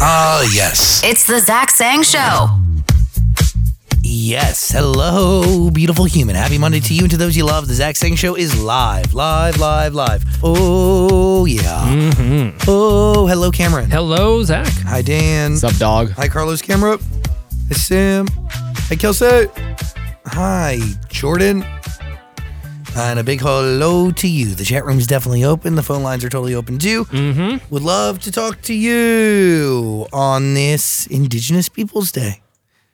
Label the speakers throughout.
Speaker 1: Ah, yes.
Speaker 2: It's the Zach Sang Show.
Speaker 1: Yes. Hello, beautiful human. Happy Monday to you and to those you love. The Zach Sang Show is live, live, live, live. Oh, yeah.
Speaker 3: Mm-hmm.
Speaker 1: Oh, hello, Cameron.
Speaker 4: Hello, Zach.
Speaker 1: Hi, Dan.
Speaker 3: What's up, dog?
Speaker 1: Hi, Carlos Camera. Hi, Sam. Hi, Kelsey. Hi, Jordan. And a big hello to you. The chat room's definitely open. The phone lines are totally open too. Mm-hmm. Would love to talk to you on this Indigenous Peoples Day.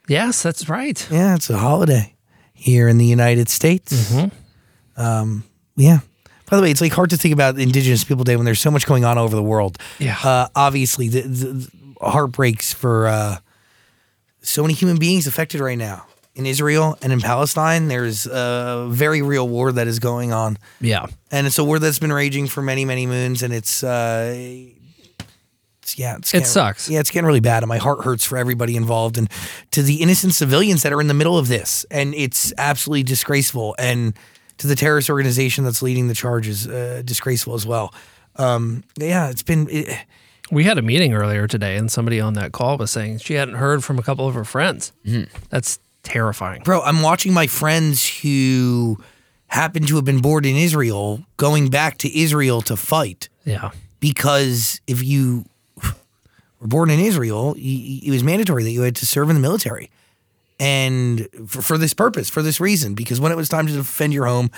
Speaker 4: Yes, that's right.
Speaker 1: Yeah, it's a holiday here in the United States. Um, yeah. By the way, it's like hard to think about Indigenous People Day when there's so much going on over the world.
Speaker 4: Yeah.
Speaker 1: Uh, obviously, the, the, the heartbreaks for uh, so many human beings affected right now in Israel and in Palestine. There's a very real war that is going on,
Speaker 4: Yeah.
Speaker 1: and it's a war that's been raging for many, many moons, and it's. Uh, it's- yeah, it's
Speaker 4: It
Speaker 1: getting-
Speaker 4: sucks.
Speaker 1: Yeah, it's getting really bad, and my heart hurts for everybody involved, and to the innocent civilians that are in the middle of this. And it's absolutely disgraceful, and to the terrorist organization that's leading the charge is uh, disgraceful as well. Um, yeah, it's been. It,
Speaker 4: We had a meeting earlier today, and somebody on that call was saying she hadn't heard from a couple of her friends.
Speaker 1: Mm-hmm.
Speaker 4: That's terrifying.
Speaker 1: bro, I'm watching my friends who happen to have been born in Israel going back to Israel to fight
Speaker 4: Yeah.
Speaker 1: because if you were born in Israel, y- y- it was mandatory that you had to serve in the military. And for, for this purpose, for this reason, because when it was time to defend your home,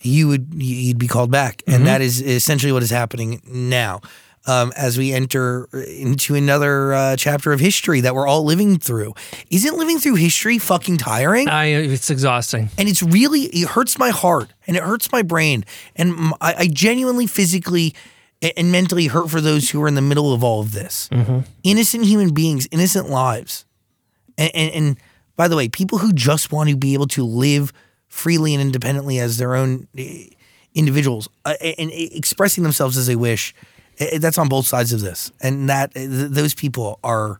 Speaker 1: you would you'd be called back, and that is essentially what is happening now, um, as we enter into another uh, chapter of history that we're all living through. Isn't living through history fucking tiring?
Speaker 4: I, it's exhausting.
Speaker 1: and it's really it hurts my heart and it hurts my brain and m- I, I genuinely physically a- and mentally hurt for those who are in the middle of all of this innocent human beings innocent lives and, and and by the way people who just want to be able to live freely and independently as their own eh, individuals uh, and eh, expressing themselves as they wish eh, eh, that's on both sides of this and that eh, th- those people are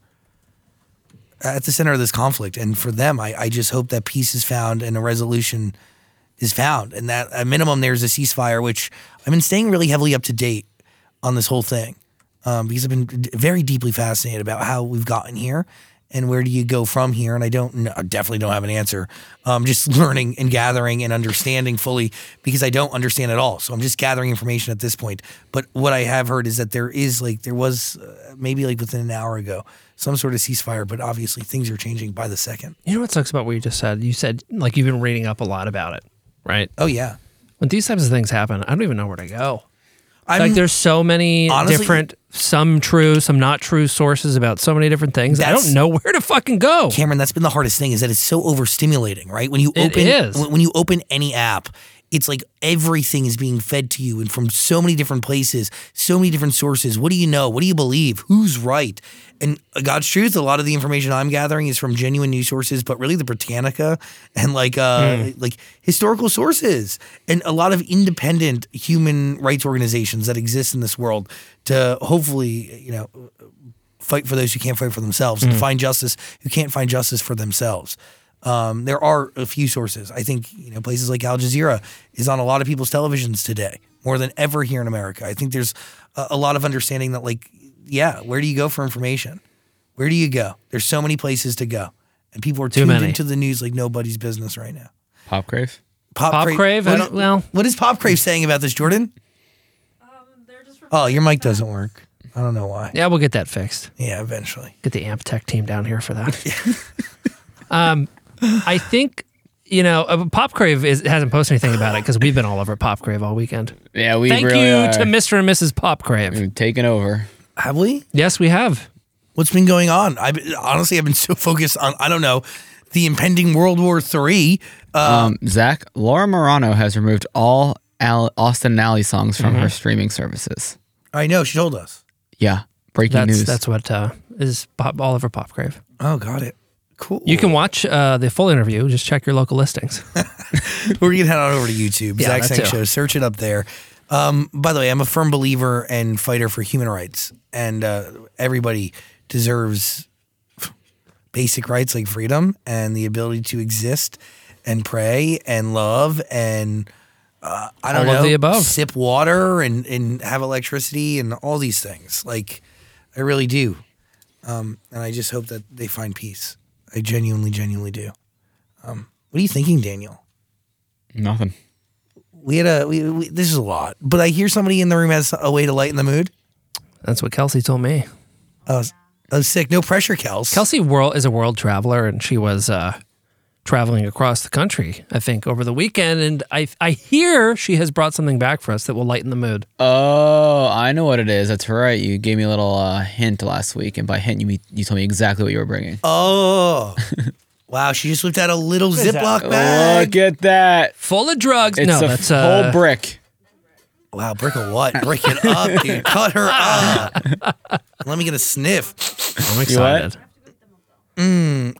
Speaker 1: at the center of this conflict. And for them, I, I just hope that peace is found and a resolution is found. And that at minimum, there's a ceasefire, which I've been staying really heavily up to date on this whole thing um, because I've been d- very deeply fascinated about how we've gotten here and where do you go from here. And I don't, kn- I definitely don't have an answer. I'm just learning and gathering and understanding fully because I don't understand at all. So I'm just gathering information at this point. But what I have heard is that there is like, there was uh, maybe like within an hour ago, some sort of ceasefire, but obviously things are changing by the second.
Speaker 4: You know what sucks about what you just said? You said, like, you've been reading up a lot about it, right?
Speaker 1: Oh, yeah.
Speaker 4: When these types of things happen, I don't even know where to go.
Speaker 1: I'm,
Speaker 4: like, there's so many
Speaker 1: Honestly-
Speaker 4: different, some true, some not true sources about so many different things. I
Speaker 1: That's-
Speaker 4: don't know where to fucking go.
Speaker 1: Cameron, that's been the hardest thing is that it's so overstimulating, right? When you
Speaker 4: Oh. It
Speaker 1: open
Speaker 4: is.
Speaker 1: when when you open any app, it's like everything is being fed to you and from so many different places, so many different sources. What do you know? What do you believe? Who's right? And uh, God's truth, a lot of the information I'm gathering is from genuine news sources, but really the Britannica and like uh
Speaker 4: Hmm.
Speaker 1: like historical sources and a lot of independent human rights organizations that exist in this world to hopefully, you know, fight for those who can't fight for themselves,
Speaker 4: Mm.
Speaker 1: and find justice who can't find justice for themselves. Um, there are a few sources. I think you know places like Al Jazeera is on a lot of people's televisions today more than ever here in America. I think there's a, a lot of understanding that like, yeah, where do you go for information? Where do you go? There's so many places to go, and people are tuned
Speaker 4: many.
Speaker 1: into the news like nobody's business right now.
Speaker 3: Pop crave?
Speaker 4: Pop Crave? I
Speaker 1: what
Speaker 4: don't-
Speaker 1: is-
Speaker 4: well-
Speaker 1: what is Pop Crave saying about this, Jordan? oh, your mic doesn't work. I don't know why.
Speaker 4: Yeah, we'll get that fixed.
Speaker 1: Yeah, eventually.
Speaker 4: get the amp tech team down here for that. um, I think you know uh, Pop Crave is, hasn't posted anything about it because we've been all over Pop Crave all weekend.
Speaker 3: Yeah, we
Speaker 4: Thank
Speaker 3: really
Speaker 4: you
Speaker 3: are Mm.
Speaker 4: to Mr. and Mrs. Pop Crave.
Speaker 3: We've taken over.
Speaker 1: Have we?
Speaker 4: Yes, we have.
Speaker 1: what's been going on? I honestly, I've been so focused on I don't know the impending World War Three. Uh,
Speaker 3: Um, Zach, Laura Morano has removed all Mhm. Al- Austin Nally songs from her streaming services.
Speaker 1: I know she told us.
Speaker 3: Yeah, breaking
Speaker 4: That's
Speaker 3: news.
Speaker 4: that's what uh, is Pop, Oliver Popgrave.
Speaker 1: Oh, got it. Cool.
Speaker 4: You can watch uh, the full interview. Just check your local listings.
Speaker 1: Or you can head on over to YouTube,
Speaker 4: Yeah,
Speaker 1: Zach
Speaker 4: that
Speaker 1: Sang
Speaker 4: too.
Speaker 1: Show. Search it up there. Um, by the way, I'm a firm believer and fighter for human rights, and uh, everybody deserves basic rights like freedom and the ability to exist and pray and love and uh, I don't
Speaker 4: All
Speaker 1: know
Speaker 4: of the above.
Speaker 1: sip water and and have electricity and all these things. Like I really do, um, and I just hope that they find peace. I genuinely, genuinely do. Um, what are you thinking, Daniel?
Speaker 3: Nothing.
Speaker 1: we had a we, we, this is a lot but i hear somebody in the room has a way to lighten the mood
Speaker 4: That's what Kelsey told me.
Speaker 1: i was, I was Oh, sick no pressure kels
Speaker 4: Kelsey world is a world traveler, and she was uh, traveling across the country. I think over the weekend, and I I hear she has brought something back for us that will lighten the mood.
Speaker 3: Oh, I know what it is. That's right. You gave me a little uh, hint last week, and by hint you mean you told me exactly what you were bringing.
Speaker 1: oh wow she just whipped out a little ziploc
Speaker 3: Look
Speaker 1: bag
Speaker 3: at that!
Speaker 4: Full of drugs.
Speaker 3: It's
Speaker 4: no,
Speaker 3: a
Speaker 4: that's
Speaker 3: whole
Speaker 4: uh,
Speaker 3: brick.
Speaker 1: wow brick of what brick it up dude cut her up let me get a sniff
Speaker 4: I'm excited.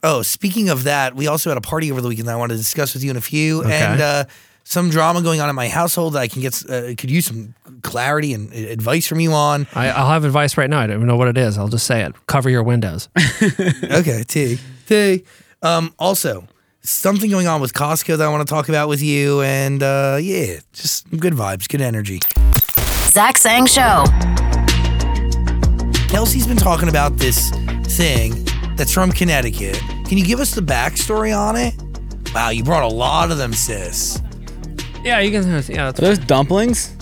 Speaker 1: oh speaking of that we also had a party over the weekend that i wanted to discuss with you in a few and uh some drama going on in my household that I can get uh, could use some clarity and uh, advice from you on.
Speaker 4: I, I'll have advice right now. I don't even know what it is. I'll just say it. Cover your windows.
Speaker 1: okay, T. T. Um, also, something going on with Costco that I want to talk about with you, and uh, yeah, just good vibes, good energy.
Speaker 2: Zach Sang Show.
Speaker 1: Kelsey's been talking about this thing that's from Connecticut. Can you give us the backstory on it? Wow, you brought a lot of them, sis.
Speaker 4: yeah, you can. Yeah, that's,
Speaker 3: Are those dumplings?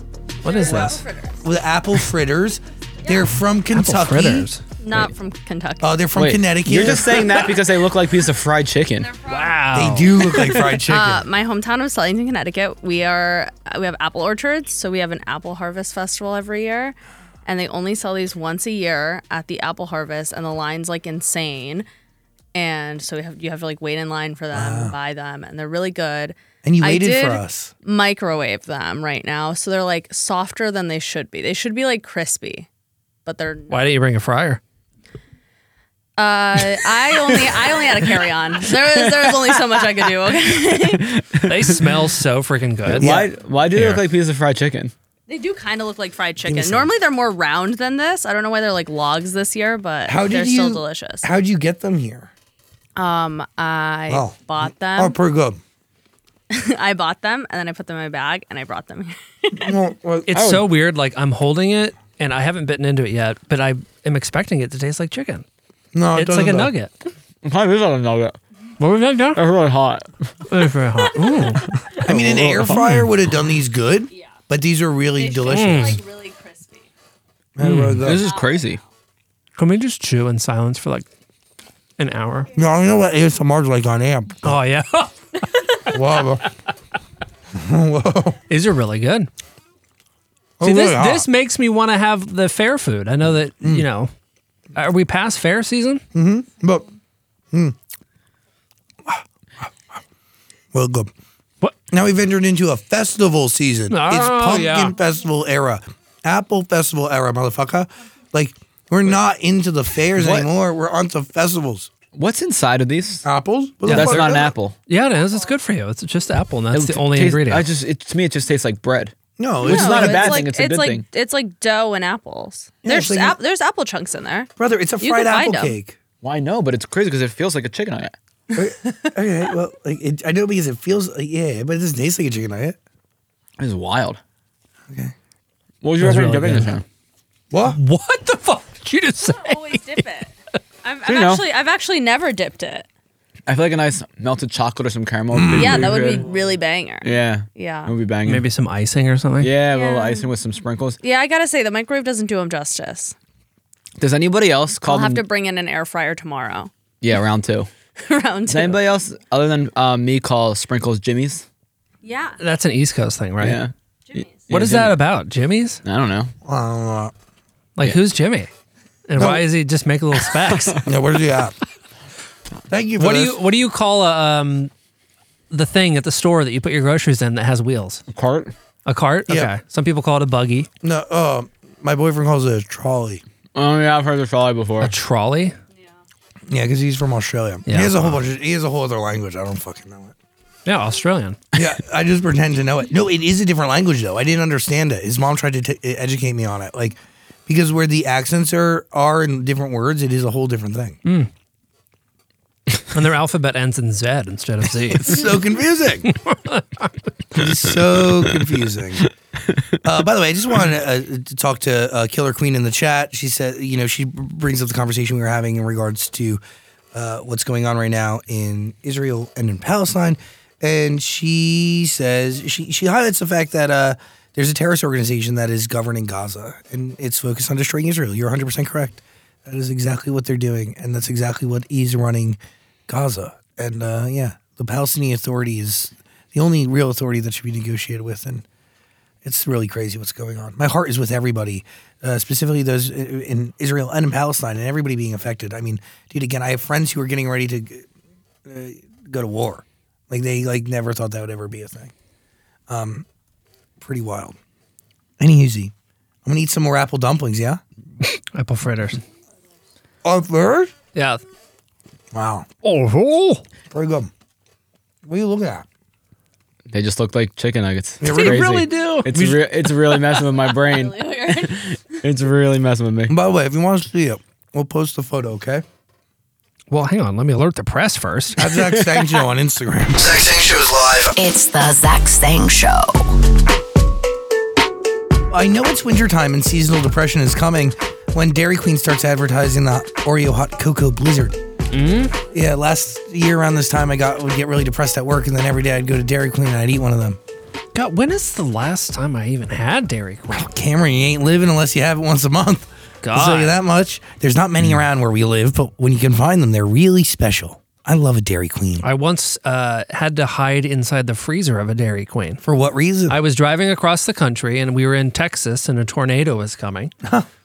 Speaker 4: what is this?
Speaker 1: With apple fritters, they're from Kentucky.
Speaker 4: Apple fritters.
Speaker 5: Not from Kentucky.
Speaker 1: Oh, they're from
Speaker 3: Wait,
Speaker 1: Connecticut.
Speaker 3: You're just saying that because they look like pieces of fried chicken.
Speaker 4: Wow.
Speaker 1: they do look like fried chicken.
Speaker 5: Uh, my hometown of Sellington, Connecticut. We are we have apple orchards, so we have an apple harvest festival every year, and they only sell these once a year at the apple harvest, and the line's like insane. And so we have you have to like wait in line for them and buy them, and they're really good.
Speaker 1: and you
Speaker 5: I
Speaker 1: waited for
Speaker 5: did-
Speaker 1: us.
Speaker 5: Microwave them right now, so they're like softer than they should be. They should be like crispy, but they're.
Speaker 4: Why didn't you bring a fryer?
Speaker 5: Uh, I only I only had a carry on. There was there was only so much I could do. Okay,
Speaker 4: They smell so freaking good.
Speaker 3: Why? Why do they look like pieces of fried chicken?
Speaker 5: They do kind of look like fried chicken. Normally they're more round than this. I don't know why they're like logs this year, but
Speaker 1: How did
Speaker 5: they're
Speaker 1: you?
Speaker 5: still delicious.
Speaker 1: How'd you get them here?
Speaker 5: Um, I
Speaker 1: Oh.
Speaker 5: bought
Speaker 1: Oh,
Speaker 5: them.
Speaker 1: pretty good.
Speaker 5: I bought them and then I put them in my bag and I brought them. here.
Speaker 1: Well, well,
Speaker 4: It's so weird. Like I'm holding it and I haven't bitten into it yet, but I am expecting it to taste like chicken.
Speaker 1: no, it
Speaker 4: it's like a
Speaker 1: doesn't look-
Speaker 4: nugget.
Speaker 3: Why is that a nugget?
Speaker 4: What was that? John?
Speaker 3: They're really hot.
Speaker 4: It's very
Speaker 3: Oh.
Speaker 4: hot. Ooh.
Speaker 1: I mean, an air fryer would have done these good, but these are really delicious.
Speaker 5: like really crispy.
Speaker 1: uh,
Speaker 3: This is crazy.
Speaker 4: Can we just chew in silence for like an hour?
Speaker 1: No, I know what ASMR is like on amp. uh,
Speaker 4: Oh yeah.
Speaker 1: Wow. Whoa.
Speaker 4: These are really good.
Speaker 1: Oh,
Speaker 4: See, this
Speaker 1: really hot.
Speaker 4: this
Speaker 3: Ah.
Speaker 4: makes me want to have the fair food. I know that
Speaker 3: Mm.
Speaker 4: you know. Are we past fair season?
Speaker 1: But, mm. well, good.
Speaker 4: What?
Speaker 1: Now we've entered into a festival season. it's
Speaker 4: Oh,
Speaker 1: pumpkin
Speaker 4: yeah.
Speaker 1: festival era, apple festival era, motherfucker. Like, we're not into the fairs
Speaker 3: What?
Speaker 1: anymore. We're onto festivals.
Speaker 3: What's inside of these?
Speaker 1: Apples? What the
Speaker 3: That's
Speaker 1: fuck
Speaker 3: not
Speaker 1: are
Speaker 3: an
Speaker 1: those?
Speaker 3: apple.
Speaker 4: Yeah, it is. It's good for you. It's just apple, and that's
Speaker 3: It
Speaker 4: the only
Speaker 3: tastes-
Speaker 4: ingredient.
Speaker 3: I just it, to me it just tastes like bread.
Speaker 1: No,
Speaker 3: Which
Speaker 1: it's
Speaker 3: is
Speaker 1: not
Speaker 3: not
Speaker 1: a
Speaker 3: a bad
Speaker 5: it's
Speaker 3: thing,
Speaker 5: Like,
Speaker 3: it's a good
Speaker 5: like
Speaker 3: thing.
Speaker 5: it's like dough and apples.
Speaker 1: Yeah, it's
Speaker 5: there's
Speaker 1: like
Speaker 5: ap-
Speaker 1: a-
Speaker 5: there's apple chunks in there.
Speaker 1: brother. It's a
Speaker 5: You
Speaker 1: fried
Speaker 5: can
Speaker 1: apple
Speaker 5: find 'em.
Speaker 1: cake.
Speaker 3: Well, I know, but it's crazy because it feels like a chicken nugget.
Speaker 1: Okay, well, like it, I know because it feels like yeah, but it doesn't taste like a chicken nugget.
Speaker 3: It's wild. Okay. What was your
Speaker 4: That's
Speaker 3: favorite
Speaker 4: really
Speaker 3: dipping
Speaker 4: good.
Speaker 3: this time?
Speaker 1: What?
Speaker 4: what the fuck did you just say?
Speaker 5: Always dip it. I've, I've
Speaker 3: You know.
Speaker 5: actually I've actually never dipped it.
Speaker 3: I feel like a nice melted chocolate or some caramel. would
Speaker 5: Mm. Yeah, that would be
Speaker 3: good.
Speaker 5: really banger.
Speaker 3: Yeah.
Speaker 5: Yeah.
Speaker 3: It would be banging.
Speaker 4: Maybe some icing or something.
Speaker 3: Yeah, a little
Speaker 5: Yeah.
Speaker 3: icing with some sprinkles.
Speaker 5: Yeah, I gotta say the microwave doesn't do them justice.
Speaker 3: Does anybody else call
Speaker 5: I'll have
Speaker 3: them?
Speaker 5: to bring in an air fryer tomorrow.
Speaker 3: yeah, round two.
Speaker 5: Round
Speaker 3: Does
Speaker 5: two.
Speaker 3: anybody else other than uh, me call sprinkles Jimmy's?
Speaker 5: Yeah.
Speaker 4: That's an East Coast thing, right?
Speaker 3: Yeah.
Speaker 4: What is
Speaker 3: Jimmy.
Speaker 4: that about? Jimmy's?
Speaker 3: I don't know.
Speaker 1: I
Speaker 4: Like, who's Jimmy? And why is he just making little specks?
Speaker 1: don't know. Yeah, where's the app? Thank you. For
Speaker 4: what do
Speaker 1: this.
Speaker 4: you What do you call a, um, the thing at the store that you put your groceries in that has wheels?
Speaker 3: Cart.
Speaker 4: A cart.
Speaker 1: Yeah.
Speaker 4: Okay. Some people call it a buggy.
Speaker 1: No, uh, my boyfriend calls it a trolley.
Speaker 3: Oh yeah, I've heard of trolley before.
Speaker 4: A trolley?
Speaker 1: Yeah, because he's from Australia.
Speaker 4: Yeah.
Speaker 1: He has a whole bunch. Of, he has a whole other language. I don't fucking know it.
Speaker 4: Yeah, Australian.
Speaker 1: Yeah, I just pretend to know it. No, it is a different language though. I didn't understand it. His mom tried to t- e, educate me on it, like because where the accents are are in different words, it is a whole different thing.
Speaker 4: And their alphabet ends in Z instead of Z.
Speaker 1: so confusing. It is so confusing. Uh, by the way, I just wanted to, uh, to talk to uh, Killer Queen in the chat. She said, you know, she brings up the conversation we were having in regards to uh, what's going on right now in Israel and in Palestine, and she says she she highlights the fact that. Uh, there's a terrorist organization that is governing Gaza, and it's focused on destroying Israel. You're 100% correct. That is exactly what they're doing, and that's exactly what is running Gaza. And uh, yeah, the Palestinian Authority is the only real authority that should be negotiated with, and it's really crazy what's going on. My heart is with everybody, uh, specifically those i- in Israel and in Palestine, and everybody being affected. I mean, dude, again, I have friends who are getting ready to g- uh, go to war. Like they like never thought that would ever be a thing. Um, pretty wild. Any I'm gonna eat some more apple dumplings. Yeah.
Speaker 4: Apple fritters.
Speaker 1: Oh, first.
Speaker 4: Yeah.
Speaker 1: Wow,
Speaker 4: Oh,
Speaker 1: pretty good. What are you looking at?
Speaker 3: They just look like chicken nuggets. It's
Speaker 1: They
Speaker 3: crazy.
Speaker 4: really do.
Speaker 3: It's re- it's really messing with my brain. it's really messing with me.
Speaker 1: By the way, if you want to see it, we'll post the photo. Okay.
Speaker 4: well, hang on. Let me alert the press first.
Speaker 1: At Zach Sang Show on Instagram. Zach Sang Show is live.
Speaker 2: It's the Zach Sang Show.
Speaker 1: I know it's wintertime and seasonal depression is coming when Dairy Queen starts advertising the Oreo Hot Cocoa Blizzard. Mm?
Speaker 4: Mm-hmm.
Speaker 1: Yeah, last year around this time, I got would get really depressed at work, and then every day I'd go to Dairy Queen and I'd eat one of them.
Speaker 4: God, when is the last time I even had Dairy Queen?
Speaker 1: Cameron, you ain't living unless you have it once a month. I'll tell you
Speaker 4: God. Mm.
Speaker 1: that much. There's not many around where we live, but when you can find them, they're really special. I love a Dairy Queen.
Speaker 4: I once uh, had to hide inside the freezer of a Dairy Queen.
Speaker 1: For what reason?
Speaker 4: I was driving across the country and we were in Texas and a tornado was coming.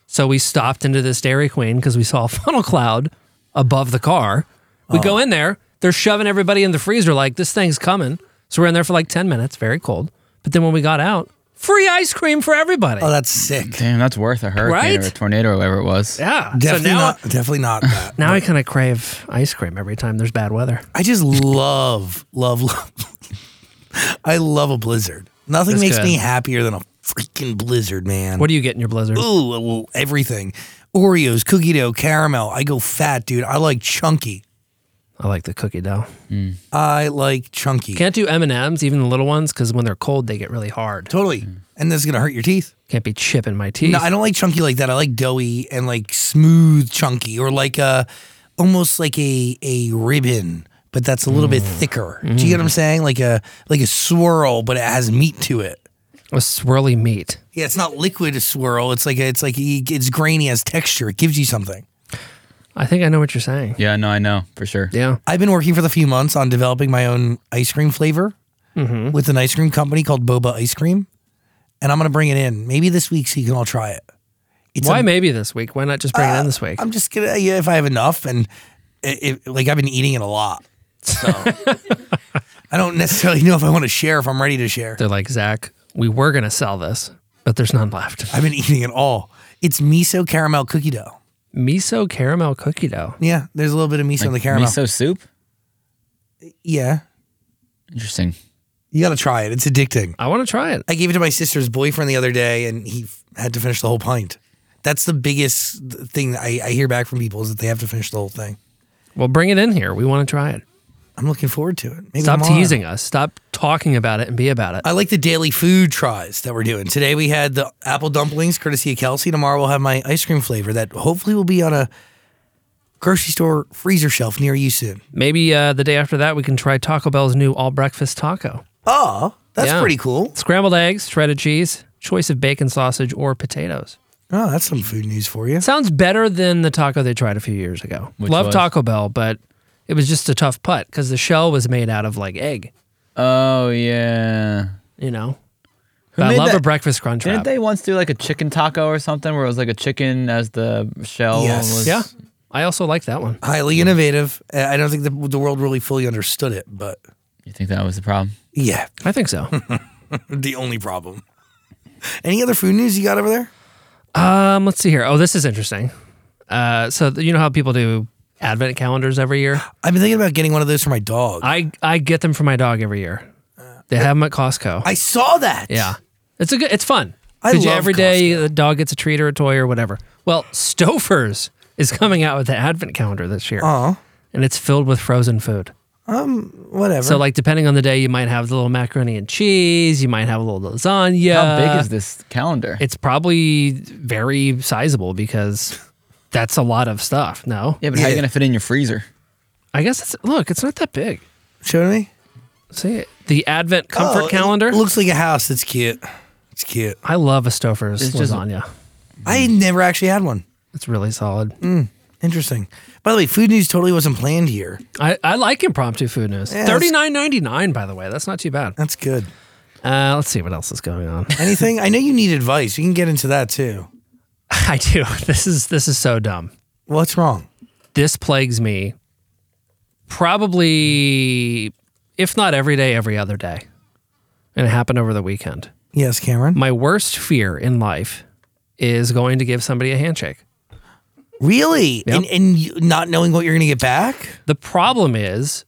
Speaker 4: So we stopped into this Dairy Queen because we saw a funnel cloud above the car. We
Speaker 1: Oh.
Speaker 4: go in there, they're shoving everybody in the freezer like this thing's coming. So we're in there for like 10 minutes, very cold. But then when we got out, free ice cream for everybody.
Speaker 1: oh, that's sick.
Speaker 3: Damn, that's worth a hurricane
Speaker 4: Right?
Speaker 3: or a tornado or whatever it was.
Speaker 4: yeah.
Speaker 1: Definitely
Speaker 4: so now,
Speaker 1: not. Definitely not that.
Speaker 4: now I kind of crave ice cream every time there's bad weather.
Speaker 1: I just love, love, love. I love a blizzard. Nothing
Speaker 4: That's
Speaker 1: makes
Speaker 4: good.
Speaker 1: me happier than a freaking blizzard, man.
Speaker 4: What do you get in your blizzard?
Speaker 1: Ooh, a little everything. Oreos, cookie dough, caramel. I go fat, dude. I like chunky.
Speaker 4: I like the cookie dough.
Speaker 1: I like chunky.
Speaker 4: Can't do M&Ms, even the little ones, because when they're cold, they get really hard.
Speaker 1: totally. And this is gonna hurt your teeth.
Speaker 4: Can't be chipping my teeth.
Speaker 1: No, I don't like chunky like that. I like doughy and like smooth chunky, or like a almost like a a ribbon, but that's a little bit
Speaker 4: Mm.
Speaker 1: thicker. Do you get what I'm saying? Like a like a swirl, but it has meat to it.
Speaker 4: a swirly meat.
Speaker 1: Yeah, it's not liquid swirl. It's like a, it's like y- it's grainy as texture. It gives you something.
Speaker 4: I think I know what you're saying.
Speaker 3: Yeah, no, I know for sure.
Speaker 4: Yeah.
Speaker 1: I've been working for the few months on developing my own ice cream flavor with an ice cream company called Boba Ice Cream, and I'm gonna bring it in maybe this week so you can all try it. It's
Speaker 4: Why
Speaker 1: am-
Speaker 4: maybe this week? Why not just bring it in this week?
Speaker 1: I'm just gonna yeah, if I have enough and it, it, like I've been eating it a lot, so I don't necessarily know if I want to share if I'm ready to share.
Speaker 4: They're like, Zach, we were going to sell this, but there's none left.
Speaker 1: I've been eating it all. It's miso caramel cookie dough.
Speaker 4: Miso caramel cookie dough.
Speaker 1: Yeah, there's a little bit of miso in the caramel.
Speaker 3: Miso soup.
Speaker 1: Yeah,
Speaker 3: Interesting.
Speaker 1: you gotta try it. It's addicting.
Speaker 4: I want to try it.
Speaker 1: I gave it to my sister's boyfriend the other day, and he f- had to finish the whole pint. That's the biggest th- thing that I, I hear back from people is that they have to finish the whole thing.
Speaker 4: Well, bring it in here. We want to try it.
Speaker 1: I'm looking forward to it. Maybe
Speaker 4: Stop
Speaker 1: tomorrow.
Speaker 4: teasing us. Stop talking about it and be about it.
Speaker 1: I like the daily food tries that we're doing. Today we had the apple dumplings, courtesy of Kelsey. Tomorrow we'll have my ice cream flavor that hopefully will be on a grocery store freezer shelf near you soon.
Speaker 4: Maybe uh, the day after that, we can try Taco Bell's new all breakfast taco
Speaker 1: Oh, that's
Speaker 4: Yeah.
Speaker 1: pretty cool.
Speaker 4: scrambled eggs, shredded cheese, choice of bacon, sausage, or potatoes.
Speaker 1: Oh, that's some food news for you.
Speaker 4: Sounds better than the taco they tried a few years ago.
Speaker 3: Which
Speaker 4: Love
Speaker 3: was?
Speaker 4: Taco Bell, but it was just a tough putt because the shell was made out of like egg,
Speaker 3: Oh yeah.
Speaker 4: you know? But I
Speaker 3: made
Speaker 4: love a
Speaker 3: that?
Speaker 4: breakfast crunch
Speaker 3: Didn't
Speaker 4: wrap.
Speaker 3: they once do like a chicken taco or something where it was like a chicken as the shell?
Speaker 1: Yes.
Speaker 3: Was,
Speaker 4: Yeah. I also like that one.
Speaker 1: Highly innovative. Uh, I don't think the, the world really fully understood it, but
Speaker 3: You think that was the problem?
Speaker 1: yeah,
Speaker 4: I think so.
Speaker 1: the only problem. Any other food news you got over there?
Speaker 4: um, let's see here. Oh, this is interesting. Uh, so th- you know how people do advent calendars every year.
Speaker 1: I've been thinking about getting one of those for my dog. I,
Speaker 4: I I get them for my dog every year. They have them at Costco.
Speaker 1: saw that.
Speaker 4: yeah, it's a good. It's fun.
Speaker 1: I
Speaker 4: Because
Speaker 1: love
Speaker 4: every day the dog gets a treat or a toy or whatever. Well, Stouffer's is coming out with the advent calendar this year,
Speaker 1: Oh,
Speaker 4: and it's filled with frozen food.
Speaker 1: whatever.
Speaker 4: So like depending on the day, you might have the little macaroni and cheese. You might have a little lasagna.
Speaker 3: How big is this calendar?
Speaker 4: It's probably very sizable because that's a lot of stuff. No,
Speaker 3: yeah, but how are
Speaker 1: Yeah.
Speaker 3: you gonna fit in your freezer?
Speaker 4: I guess it's look. It's not that big.
Speaker 1: Show me.
Speaker 4: See it. the Advent comfort
Speaker 1: Oh, it
Speaker 4: calendar.
Speaker 1: looks like a house. It's cute. It's cute.
Speaker 4: I love a Stouffer's
Speaker 3: It's just-
Speaker 4: lasagna.
Speaker 1: I never actually had one.
Speaker 4: it's really solid.
Speaker 1: Interesting. By the way, food news totally wasn't planned here.
Speaker 4: I, I like impromptu food news.
Speaker 1: Yeah,
Speaker 4: Thirty nine ninety nine, by the way. That's not too bad.
Speaker 1: That's good.
Speaker 4: Uh, let's see what else is going on.
Speaker 1: Anything? I know you need advice. We can get into that too.
Speaker 4: I do. This is this is so dumb.
Speaker 1: What's wrong?
Speaker 4: This plagues me. Probably, if not every day, every other day, and it happened over the weekend.
Speaker 1: Yes, Cameron.
Speaker 4: My worst fear in life is going to give somebody a handshake.
Speaker 1: Really? And, and you, not knowing what you're going to get back?
Speaker 4: The problem is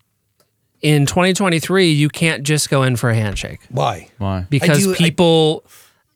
Speaker 4: in 2023, you can't just go in for a handshake
Speaker 1: Why?
Speaker 3: Why?
Speaker 4: because
Speaker 1: do- I-
Speaker 4: people.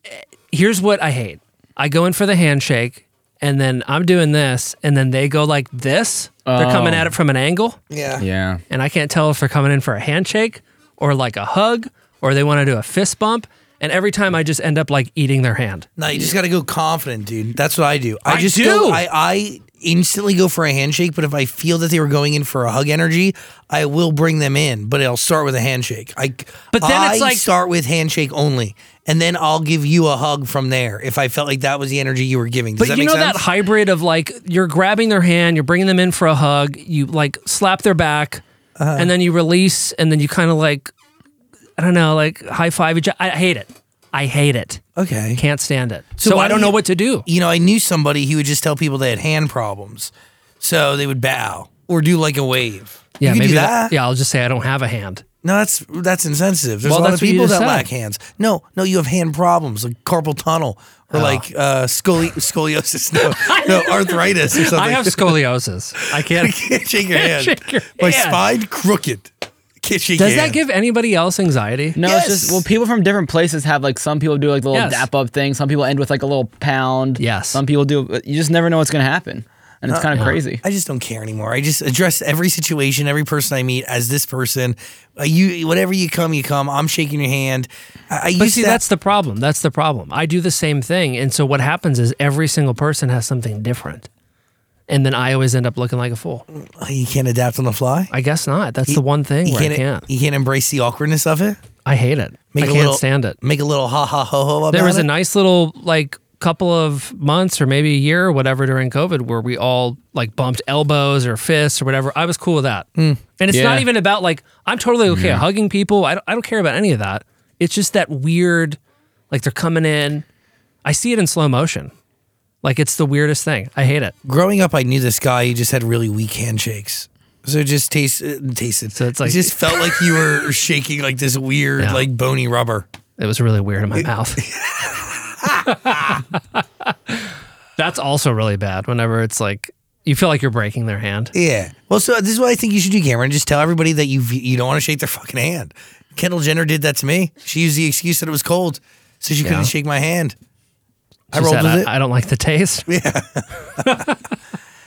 Speaker 4: eh, here's what I hate I go in for the handshake and then I'm doing this, and then they go like this. They're coming
Speaker 3: Oh.
Speaker 4: at it from an angle,
Speaker 1: Yeah.
Speaker 3: Yeah.
Speaker 4: and I can't tell if they're coming in for a handshake or like a hug or they want to do a fist bump. And every time I just end up like eating their hand.
Speaker 1: No, you just got to go confident, dude. That's what I do. I,
Speaker 4: I
Speaker 1: just
Speaker 4: do.
Speaker 1: Go, I, I instantly go for a handshake, but if I feel that they were going in for a hug energy, I will bring them in, but I'll start with a handshake. I
Speaker 4: But then
Speaker 1: I
Speaker 4: it's like-
Speaker 1: start with handshake only, and then I'll give you a hug from there if I felt like that was the energy you were giving. Does
Speaker 4: But
Speaker 1: that
Speaker 4: you
Speaker 1: make
Speaker 4: know
Speaker 1: sense?
Speaker 4: that hybrid of like you're grabbing their hand, you're bringing them in for a hug, you like slap their back,
Speaker 1: Uh-huh.
Speaker 4: and then you release, and then you kind of like I don't know, like high five each. I hate it. I hate it.
Speaker 1: okay.
Speaker 4: Can't stand it. So,
Speaker 1: why
Speaker 4: I don't
Speaker 1: do
Speaker 4: know
Speaker 1: you-
Speaker 4: what to do.
Speaker 1: you know, I knew somebody who would just tell people they had hand problems, so they would bow or do like a wave.
Speaker 4: Yeah,
Speaker 1: you could
Speaker 4: maybe
Speaker 1: do
Speaker 4: that. Yeah, I'll just say I don't have a hand.
Speaker 1: No, that's that's insensitive. There's
Speaker 4: Well,
Speaker 1: a lot of
Speaker 4: that's what you
Speaker 1: people that
Speaker 4: just said.
Speaker 1: lack hands. No, no, you have hand problems like carpal tunnel or
Speaker 4: Oh.
Speaker 1: like uh, scoli- scoliosis, no, no, arthritis or something.
Speaker 4: I have scoliosis. I
Speaker 1: I
Speaker 4: can't.
Speaker 1: can't shake your hand.
Speaker 4: shake your
Speaker 1: My
Speaker 4: hand.
Speaker 1: spine crooked. Can't shake
Speaker 4: Does
Speaker 1: your
Speaker 4: that
Speaker 1: hand.
Speaker 4: give anybody else anxiety?
Speaker 3: No,
Speaker 1: Yes.
Speaker 3: it's just well, people from different places have like some people do like the little
Speaker 4: Yes.
Speaker 3: dap up thing. Some people end with like a little pound.
Speaker 4: Yes.
Speaker 3: Some people do. You just never know what's gonna happen, and it's kind of crazy.
Speaker 1: I just don't care anymore. I just address every situation, every person I meet as this person. Uh, you, whatever you come, you come. I'm shaking your hand. I, I
Speaker 4: But
Speaker 1: used
Speaker 4: see,
Speaker 1: to-
Speaker 4: that's the problem. That's the problem. I do the same thing. And so what happens is every single person has something different. And then I always end up looking like a fool.
Speaker 1: Oh, you can't adapt on the fly.
Speaker 4: I guess not. That's the one thing
Speaker 1: You
Speaker 4: where
Speaker 1: can't,
Speaker 4: I can't.
Speaker 1: You can't embrace the awkwardness of it.
Speaker 4: I hate it. I
Speaker 1: a
Speaker 4: can't
Speaker 1: little,
Speaker 4: stand it.
Speaker 1: Make a little ha ha ho ho about
Speaker 4: There was
Speaker 1: it.
Speaker 4: a nice little like couple of months or maybe a year or whatever during COVID where we all like bumped elbows or fists or whatever. I was cool with that. And it's not
Speaker 3: Yeah.
Speaker 4: even about like, I'm totally okay hugging people. I don't, I don't care about any of that. It's just that weird, like they're coming in. I see it in slow motion. Like it's the weirdest thing. I hate it.
Speaker 1: growing up, I knew this guy. He just had really weak handshakes. So it just taste, uh, tasted.
Speaker 4: So it's like-
Speaker 1: it just felt like you were shaking like this weird,
Speaker 4: Yeah.
Speaker 1: like bony rubber.
Speaker 4: It was really weird in my mouth. That's also really bad whenever it's like you feel like you're breaking their hand.
Speaker 1: Yeah. Well, so this is what I think you should do, Cameron. Just tell everybody that you you don't want to shake their fucking hand. Kendall Jenner did that to me. She used the excuse that it was cold, so she
Speaker 4: Yeah.
Speaker 1: couldn't shake my hand. I
Speaker 4: She
Speaker 1: rolled
Speaker 4: said,
Speaker 1: with it.
Speaker 4: I, I don't like the taste.
Speaker 1: no,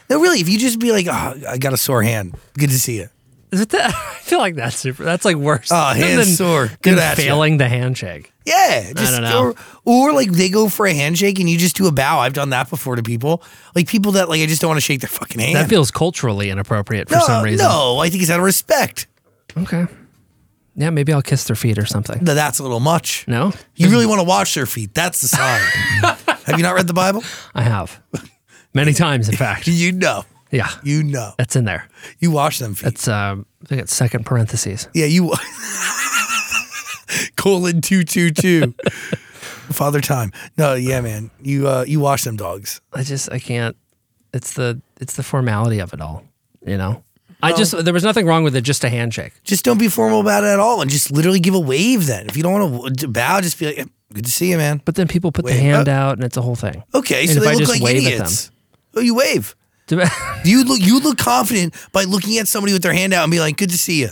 Speaker 1: really. If you just be like, oh, I got a sore hand. Good to see you.
Speaker 4: Is it that? I feel like that's super. That's like worse.
Speaker 1: Oh,
Speaker 4: than,
Speaker 1: hand's sore. Good
Speaker 4: than
Speaker 1: at ya.
Speaker 4: failing the handshake.
Speaker 1: Yeah, just
Speaker 4: don't know.
Speaker 1: Or, or like they go for a handshake and you just do a bow. I've done that before to people, like people that like I just don't want to shake their fucking hand.
Speaker 4: That feels culturally inappropriate for
Speaker 1: no,
Speaker 4: some reason.
Speaker 1: no, I think it's out of respect.
Speaker 4: Okay. Yeah, maybe I'll kiss their feet or something.
Speaker 1: No, that's a little much.
Speaker 4: No,
Speaker 1: You really want to wash their feet? That's the sign. Have you not read the Bible?
Speaker 4: I have many times, in fact.
Speaker 1: You know,
Speaker 4: Yeah,
Speaker 1: you know,
Speaker 4: that's in there.
Speaker 1: you wash them feet.
Speaker 4: It's um, I think it's second parentheses.
Speaker 1: yeah, you wa- colon two two two. Father time. No, yeah, man, you uh, you wash them dogs.
Speaker 4: I just I can't. It's the it's the formality of it all. You know. I just there was nothing wrong with it. Just a handshake.
Speaker 1: just don't be formal about it at all and just literally give a wave then. If you don't want to bow, just be like, "Eh, good to see you, man.
Speaker 4: But then people put
Speaker 1: Wait,
Speaker 4: the hand
Speaker 1: uh,
Speaker 4: out, and it's a whole thing.
Speaker 1: Okay,
Speaker 4: And
Speaker 1: so
Speaker 4: if
Speaker 1: they
Speaker 4: I
Speaker 1: look
Speaker 4: just
Speaker 1: like
Speaker 4: wave at
Speaker 1: idiots. Oh, you wave.
Speaker 4: Dep-
Speaker 1: You look you look confident by looking at somebody with their hand out and be like, "Good to see you."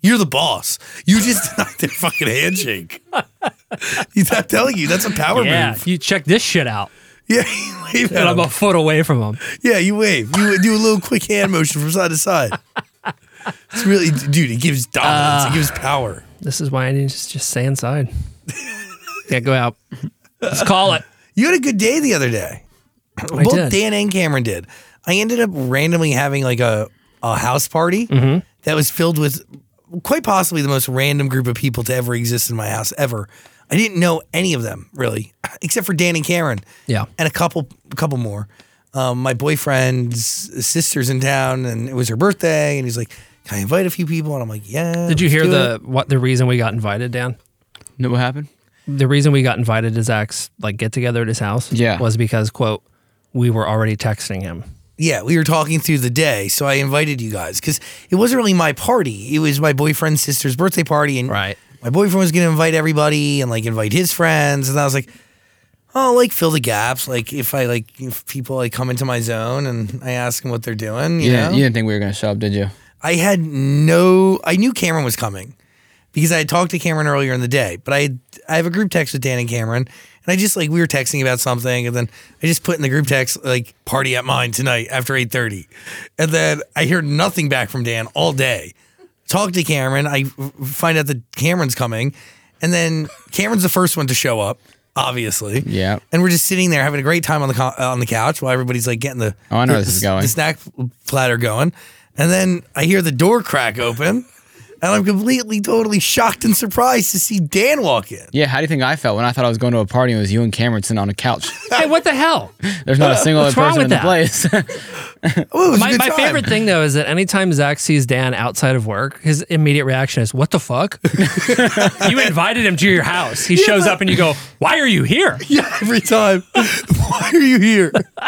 Speaker 1: You're the boss. You just denied their fucking handshake. He's not telling you. That's a power
Speaker 4: yeah,
Speaker 1: move.
Speaker 4: you check this shit out.
Speaker 1: Yeah, you wave
Speaker 4: And
Speaker 1: at
Speaker 4: I'm a
Speaker 1: him.
Speaker 4: foot away from him.
Speaker 1: Yeah, you wave. You do a little quick hand motion from side to side. It's really, dude. It gives dominance.
Speaker 4: Uh,
Speaker 1: it gives power.
Speaker 4: This is why I need to just stay inside. Can't go out. Let's call it.
Speaker 1: You had a good day the other day.
Speaker 4: I
Speaker 1: Both
Speaker 4: did.
Speaker 1: Dan and Cameron did. I ended up randomly having like a, a house party
Speaker 4: Mm-hmm.
Speaker 1: that was filled with quite possibly the most random group of people to ever exist in my house ever. I didn't know any of them really, except for Dan and Cameron.
Speaker 4: Yeah.
Speaker 1: and a couple a couple more. Um, my boyfriend's sister's in town, and it was her birthday, and he's like, "Can I invite a few people?" And I'm like, "Yeah."
Speaker 4: Did you
Speaker 1: let's
Speaker 4: hear
Speaker 1: do
Speaker 4: the what the reason we got invited, Dan?
Speaker 3: Know what happened?
Speaker 4: The reason we got invited to Zach's like get together at his house
Speaker 3: Yeah.
Speaker 4: was because quote we were already texting him.
Speaker 1: Yeah, we were talking through the day, so I invited you guys because it wasn't really my party. It was my boyfriend's sister's birthday party, and
Speaker 4: Right.
Speaker 1: my boyfriend was going to invite everybody and like invite his friends, and I was like, oh, like fill the gaps, like if I like if people like come into my zone and I ask them what they're doing, you
Speaker 3: Yeah.
Speaker 1: know?
Speaker 3: You didn't think we were gonna show up, did you?
Speaker 1: I had no. I knew Cameron was coming because I had talked to Cameron earlier in the day. But I had, I have a group text with Dan and Cameron, and I just like we were texting about something, and then I just put in the group text like party at mine tonight after eight thirty, and then I hear nothing back from Dan all day. Talk to Cameron. I f- find out that Cameron's coming, and then Cameron's the first one to show up, obviously.
Speaker 3: Yeah.
Speaker 1: And we're just sitting there having a great time on the co- on the couch while everybody's like getting the
Speaker 3: Oh, I know
Speaker 1: the-
Speaker 3: where this is
Speaker 1: the
Speaker 3: going.
Speaker 1: snack platter going, and then I hear the door crack open, and I'm completely totally shocked and surprised to see Dan walk in.
Speaker 3: Yeah. How do you think I felt when I thought I was going to a party and it was you and Cameron sitting on a couch?
Speaker 4: hey, what the hell?
Speaker 3: There's not a single
Speaker 4: What's
Speaker 3: other
Speaker 4: wrong
Speaker 3: person in the place.
Speaker 1: Oh, it was a
Speaker 4: My,
Speaker 1: good
Speaker 4: my
Speaker 1: time.
Speaker 4: favorite thing though is that anytime Zach sees Dan outside of work, his immediate reaction is, "What the fuck? you invited him to your house. He shows up and you go, "Why are you here?"
Speaker 1: Yeah, every time. Why are you here?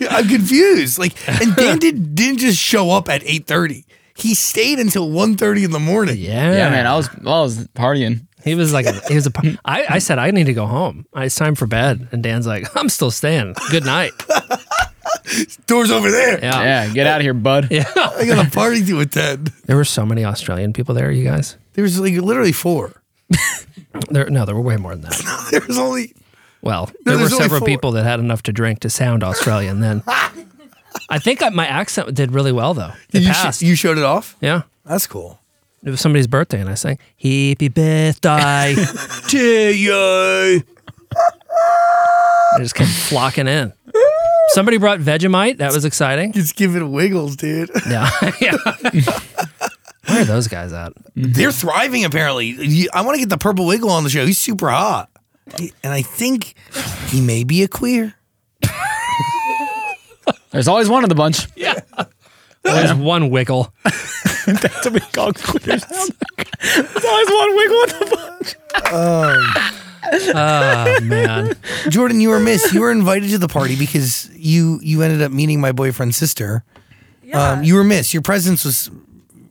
Speaker 1: Yeah, I'm confused. Like, and Dan did, didn't just show up at 8:30. He stayed until 1:30 in the morning.
Speaker 4: Yeah,
Speaker 3: yeah, man. I was I was partying.
Speaker 4: He was like, he was a. I, I said, I need to go home. It's time for bed. And Dan's like, I'm still staying. Good night.
Speaker 1: Doors over there.
Speaker 4: Yeah.
Speaker 3: Yeah. Get out of here, bud. Oh. Yeah.
Speaker 1: I got a party to attend.
Speaker 4: There were so many Australian people there, you guys.
Speaker 1: There was like literally four.
Speaker 4: There, no, there were way more than that.
Speaker 1: There was only
Speaker 4: Well, there were
Speaker 1: there's only
Speaker 4: several
Speaker 1: four.
Speaker 4: people that had enough to drink to sound Australian then. I think I, my accent did really well, though. It
Speaker 1: you, sh-
Speaker 4: passed.
Speaker 1: you showed it off.
Speaker 4: yeah.
Speaker 1: That's cool.
Speaker 4: It was somebody's birthday, and I sang, Happy birthday.
Speaker 1: To you.
Speaker 4: they just came flocking in. Somebody brought Vegemite. That was exciting.
Speaker 1: Just giving wiggles, dude.
Speaker 4: Yeah. yeah. Where are those guys at?
Speaker 1: They're thriving apparently. You- I want to get the purple wiggle on the show. He's super hot, He- and I think he may be a queer.
Speaker 3: There's always one of the bunch.
Speaker 4: There's one wiggle.
Speaker 3: That's what we call queers. There's always one wiggle in the bunch.
Speaker 4: Oh, man.
Speaker 1: Jordan, you were missed. You were invited to the party because you you ended up meeting my boyfriend's sister. Um, you were missed. Your presence was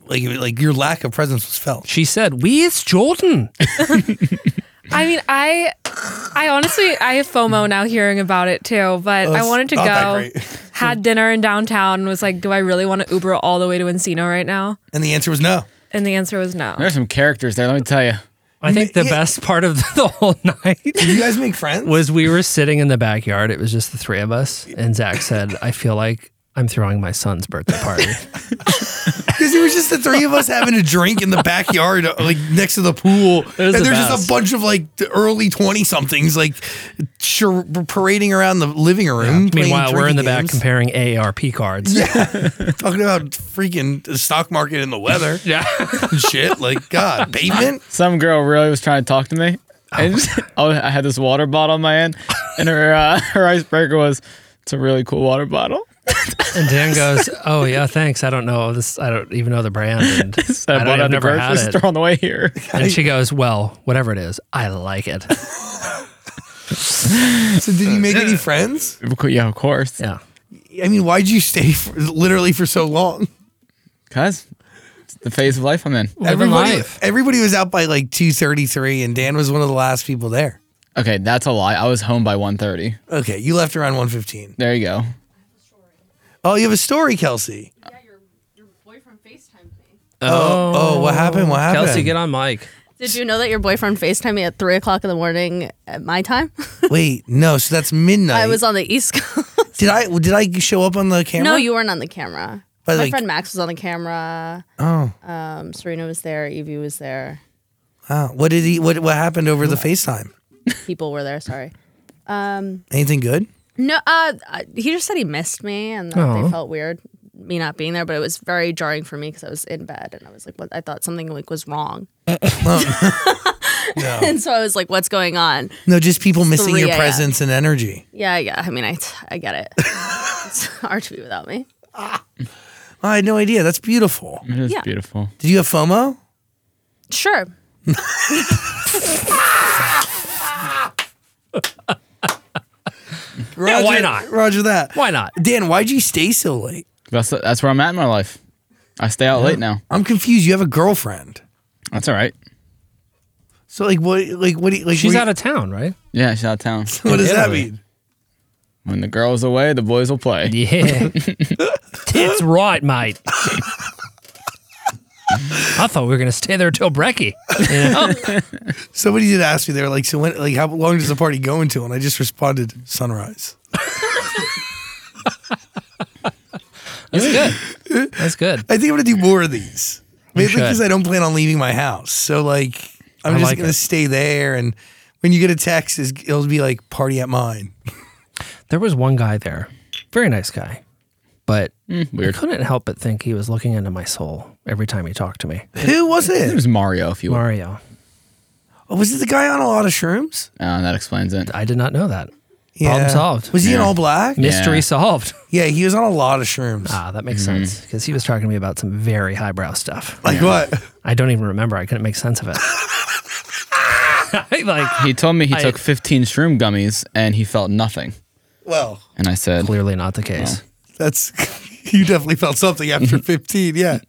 Speaker 1: like like your lack of presence was felt.
Speaker 4: She said, "We it's Jordan."
Speaker 6: I mean, I, I honestly, I have FOMO now hearing about it too. But I
Speaker 1: Oh, it's
Speaker 6: wanted to
Speaker 1: not that
Speaker 6: go.
Speaker 1: great.
Speaker 6: Had dinner in downtown. and Was like, do I really want to Uber all the way to Encino right now?
Speaker 1: And the answer was no.
Speaker 6: And the answer was no.
Speaker 3: There's some characters there. Let me tell you.
Speaker 4: I think the
Speaker 1: Yeah.
Speaker 4: best part of the whole night
Speaker 1: Did you guys make friends?
Speaker 4: was we were sitting in the backyard. It was just the three of us, and Zach said, "I feel like I'm throwing my son's birthday party."
Speaker 1: Because it was just the three of us having a drink in the backyard, uh, like next to the pool.
Speaker 4: was
Speaker 1: and
Speaker 4: the
Speaker 1: there's
Speaker 4: best.
Speaker 1: just a bunch of like the early 20 somethings, like char- parading around the living room. playing
Speaker 4: Meanwhile, we're in the
Speaker 1: drinking
Speaker 4: back
Speaker 1: games,
Speaker 4: comparing AARP cards.
Speaker 1: talking about freaking the stock market and the weather. Yeah. Shit. Like, God, pavement.
Speaker 3: Some girl really was trying to talk to me. And just- oh, I had this water bottle in my hand, and her uh, her icebreaker was, "It's a really cool water bottle."
Speaker 4: And Dan goes, "Oh yeah, thanks. I don't know this. I don't even know the brand. And
Speaker 3: So I,
Speaker 4: I
Speaker 3: bought
Speaker 4: don't, I've
Speaker 3: it at the
Speaker 4: never
Speaker 3: grocery
Speaker 4: had
Speaker 3: store
Speaker 4: it."
Speaker 3: on the way here.
Speaker 4: And she goes, "Well, whatever it is, I like it."
Speaker 1: So, did you make any friends?
Speaker 3: yeah, of course.
Speaker 4: Yeah.
Speaker 1: I mean, why'd you stay for, literally for so long?
Speaker 3: Cause it's the phase of life I'm in.
Speaker 4: Living
Speaker 1: Everybody,
Speaker 4: life.
Speaker 1: everybody was out by like 2.33 and Dan was one of the last people there.
Speaker 3: Okay, that's a lie. I was home by 1.30.
Speaker 1: Okay, you left around 1.15.
Speaker 3: There you go.
Speaker 1: Oh, you have a story, Kelsey.
Speaker 5: Yeah, your, your boyfriend FaceTimed me.
Speaker 1: Oh, oh, what happened? What happened?
Speaker 4: Kelsey, get on mic.
Speaker 5: Did you know that your boyfriend FaceTimed me at three o'clock in the morning at my time?
Speaker 1: Wait, no. So that's midnight.
Speaker 5: I was on the East Coast.
Speaker 1: Did I did I show up on the camera?
Speaker 5: No, you weren't on the camera.
Speaker 1: But,
Speaker 5: my
Speaker 1: like-
Speaker 5: friend Max was on the camera.
Speaker 1: Oh,
Speaker 5: Um, Serena was there. Evie was there.
Speaker 1: wow. Uh, What did he? What what happened over the FaceTime?
Speaker 5: People were there. Sorry.
Speaker 1: Anything good?
Speaker 5: No, uh, uh, he just said he missed me and that
Speaker 4: Aw.
Speaker 5: they felt weird me not being there. But it was very jarring for me because I was in bed and I was like, what? I thought something like was wrong,
Speaker 1: No,
Speaker 5: and so I was like, what's going on?
Speaker 1: no. Just people missing
Speaker 5: 3
Speaker 1: your
Speaker 5: a.m.
Speaker 1: presence and energy.
Speaker 5: Yeah, yeah. I mean, I I get it. it's hard to be without me.
Speaker 1: I had no idea. That's beautiful.
Speaker 4: Mm-hmm.
Speaker 3: It is
Speaker 5: Yeah.
Speaker 3: beautiful.
Speaker 1: Did you have FOMO?
Speaker 5: Sure.
Speaker 1: Roger,
Speaker 4: why not?
Speaker 1: Roger that.
Speaker 4: Why not?
Speaker 1: Dan, why'd you stay so late?
Speaker 3: That's that's where I'm at in my life. I stay out late now.
Speaker 1: I'm confused. You have a girlfriend.
Speaker 3: That's all right.
Speaker 1: So like what? Like what? Do you, like
Speaker 4: She's
Speaker 1: were you-
Speaker 4: out of town, right?
Speaker 3: Yeah, she's out of town.
Speaker 1: What does that
Speaker 4: Italy.
Speaker 1: mean?
Speaker 3: When the girl's away, the boys will play.
Speaker 4: Yeah. Tits right, mate. I thought we were going to stay there till brekkie. You know?
Speaker 1: Somebody did ask me. They were like, "So when? Like how long does the party go until?" And I just responded, "Sunrise."
Speaker 4: That's good. That's good.
Speaker 1: I think I'm gonna do more of these. Maybe
Speaker 4: should.
Speaker 1: because I don't plan on leaving my house. So like I'm
Speaker 4: I
Speaker 1: just
Speaker 4: like
Speaker 1: gonna
Speaker 4: it.
Speaker 1: stay there and when you get a text it's- it'll be like party at mine.
Speaker 4: There was one guy there, very nice guy, but I
Speaker 3: Weird.
Speaker 4: couldn't help but think he was looking into my soul every time he talked to me.
Speaker 1: Who was
Speaker 3: It
Speaker 1: it?
Speaker 3: was Mario, if you will.
Speaker 4: Mario,
Speaker 1: Oh, Was it the guy on a lot of shrooms?
Speaker 3: Uh, that explains it.
Speaker 4: I did not know that.
Speaker 1: Yeah.
Speaker 4: Problem solved.
Speaker 1: Was he in
Speaker 3: Yeah.
Speaker 1: all black?
Speaker 4: Mystery
Speaker 3: Yeah.
Speaker 4: solved.
Speaker 1: Yeah, he was on a lot of shrooms.
Speaker 4: Ah, that makes sense because he was talking to me about some very highbrow stuff.
Speaker 1: like what?
Speaker 4: I don't even remember. I couldn't make sense of it. I, like
Speaker 3: He told me he
Speaker 4: I-
Speaker 3: took 15 shroom gummies and he felt nothing.
Speaker 1: Well,
Speaker 3: And I said,
Speaker 4: clearly not the case.
Speaker 1: that's you definitely felt something after
Speaker 4: Mm-hmm.
Speaker 1: 15. Yeah.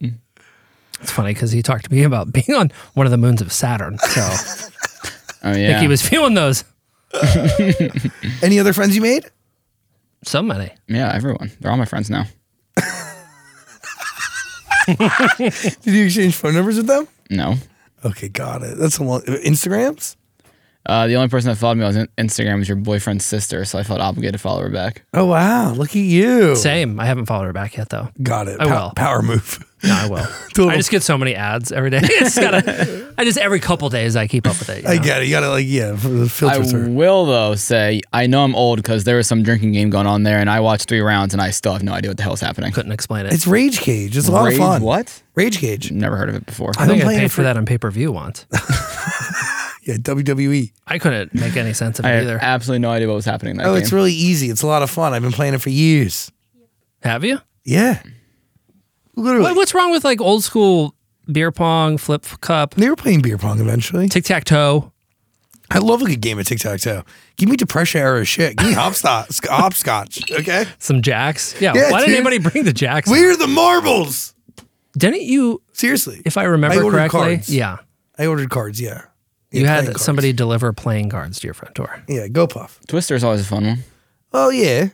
Speaker 4: It's funny because he talked to me about being on one of the moons of Saturn. So I think
Speaker 3: "Oh yeah."
Speaker 4: he was feeling those.
Speaker 1: Any other friends you made?
Speaker 4: So many.
Speaker 3: yeah, everyone. They're all my friends now.
Speaker 1: Did you exchange phone numbers with them?
Speaker 3: No.
Speaker 1: Okay, got it. That's a long Instagrams?
Speaker 3: Uh, the only person that followed me on Instagram was your boyfriend's sister, so I felt obligated to follow her back.
Speaker 1: Oh wow, look at you.
Speaker 4: Same. I haven't followed her back yet though.
Speaker 1: Got it.
Speaker 4: I
Speaker 1: Pow-
Speaker 4: will.
Speaker 1: Power move.
Speaker 4: No, I will.
Speaker 1: Cool.
Speaker 4: I just get so many ads every day. It's gotta, I just every couple days I keep up with it. you
Speaker 1: I
Speaker 4: know?
Speaker 1: get it. You gotta like yeah, f- filter
Speaker 3: I
Speaker 1: through.
Speaker 3: will though say I know I'm old because there was some drinking game going on there, and I watched three rounds, and I still have no idea what the hell's happening.
Speaker 4: Couldn't explain it.
Speaker 1: It's Rage Cage. It's a lot
Speaker 3: Rage
Speaker 1: of fun.
Speaker 3: What?
Speaker 1: Rage Cage.
Speaker 4: Mm.
Speaker 3: Never heard of it before.
Speaker 4: I think I
Speaker 1: playing it
Speaker 4: paid for
Speaker 1: for-
Speaker 4: that on pay per view once.
Speaker 1: Yeah, E. WWE.
Speaker 4: I couldn't make any sense of it
Speaker 3: I have
Speaker 4: either.
Speaker 3: absolutely no idea what was happening. in That
Speaker 1: Oh,
Speaker 3: game.
Speaker 1: it's really easy. It's a lot of fun. I've been playing it for years.
Speaker 4: Have you?
Speaker 1: Yeah. Literally.
Speaker 4: What, what's wrong with like old school beer pong, flip cup,
Speaker 1: They were playing beer pong eventually.
Speaker 4: tic tac toe?
Speaker 1: I love a good game of tic tac toe. Give me depression era shit. Give me hopscotch. hopscotch. Okay.
Speaker 4: Some jacks. Yeah.
Speaker 1: Yeah,
Speaker 4: why
Speaker 1: dude.
Speaker 4: didn't anybody bring the jacks?
Speaker 1: We're the marbles.
Speaker 4: Didn't you,
Speaker 1: Seriously.
Speaker 4: if I remember
Speaker 1: I ordered
Speaker 4: correctly?
Speaker 1: cards.
Speaker 4: Yeah.
Speaker 1: I ordered cards, yeah.
Speaker 4: You
Speaker 1: Yeah,
Speaker 4: had
Speaker 1: playing cards.
Speaker 4: somebody deliver playing cards to your front door.
Speaker 1: Yeah, go puff.
Speaker 3: Twister's always a fun one.
Speaker 1: Oh yeah.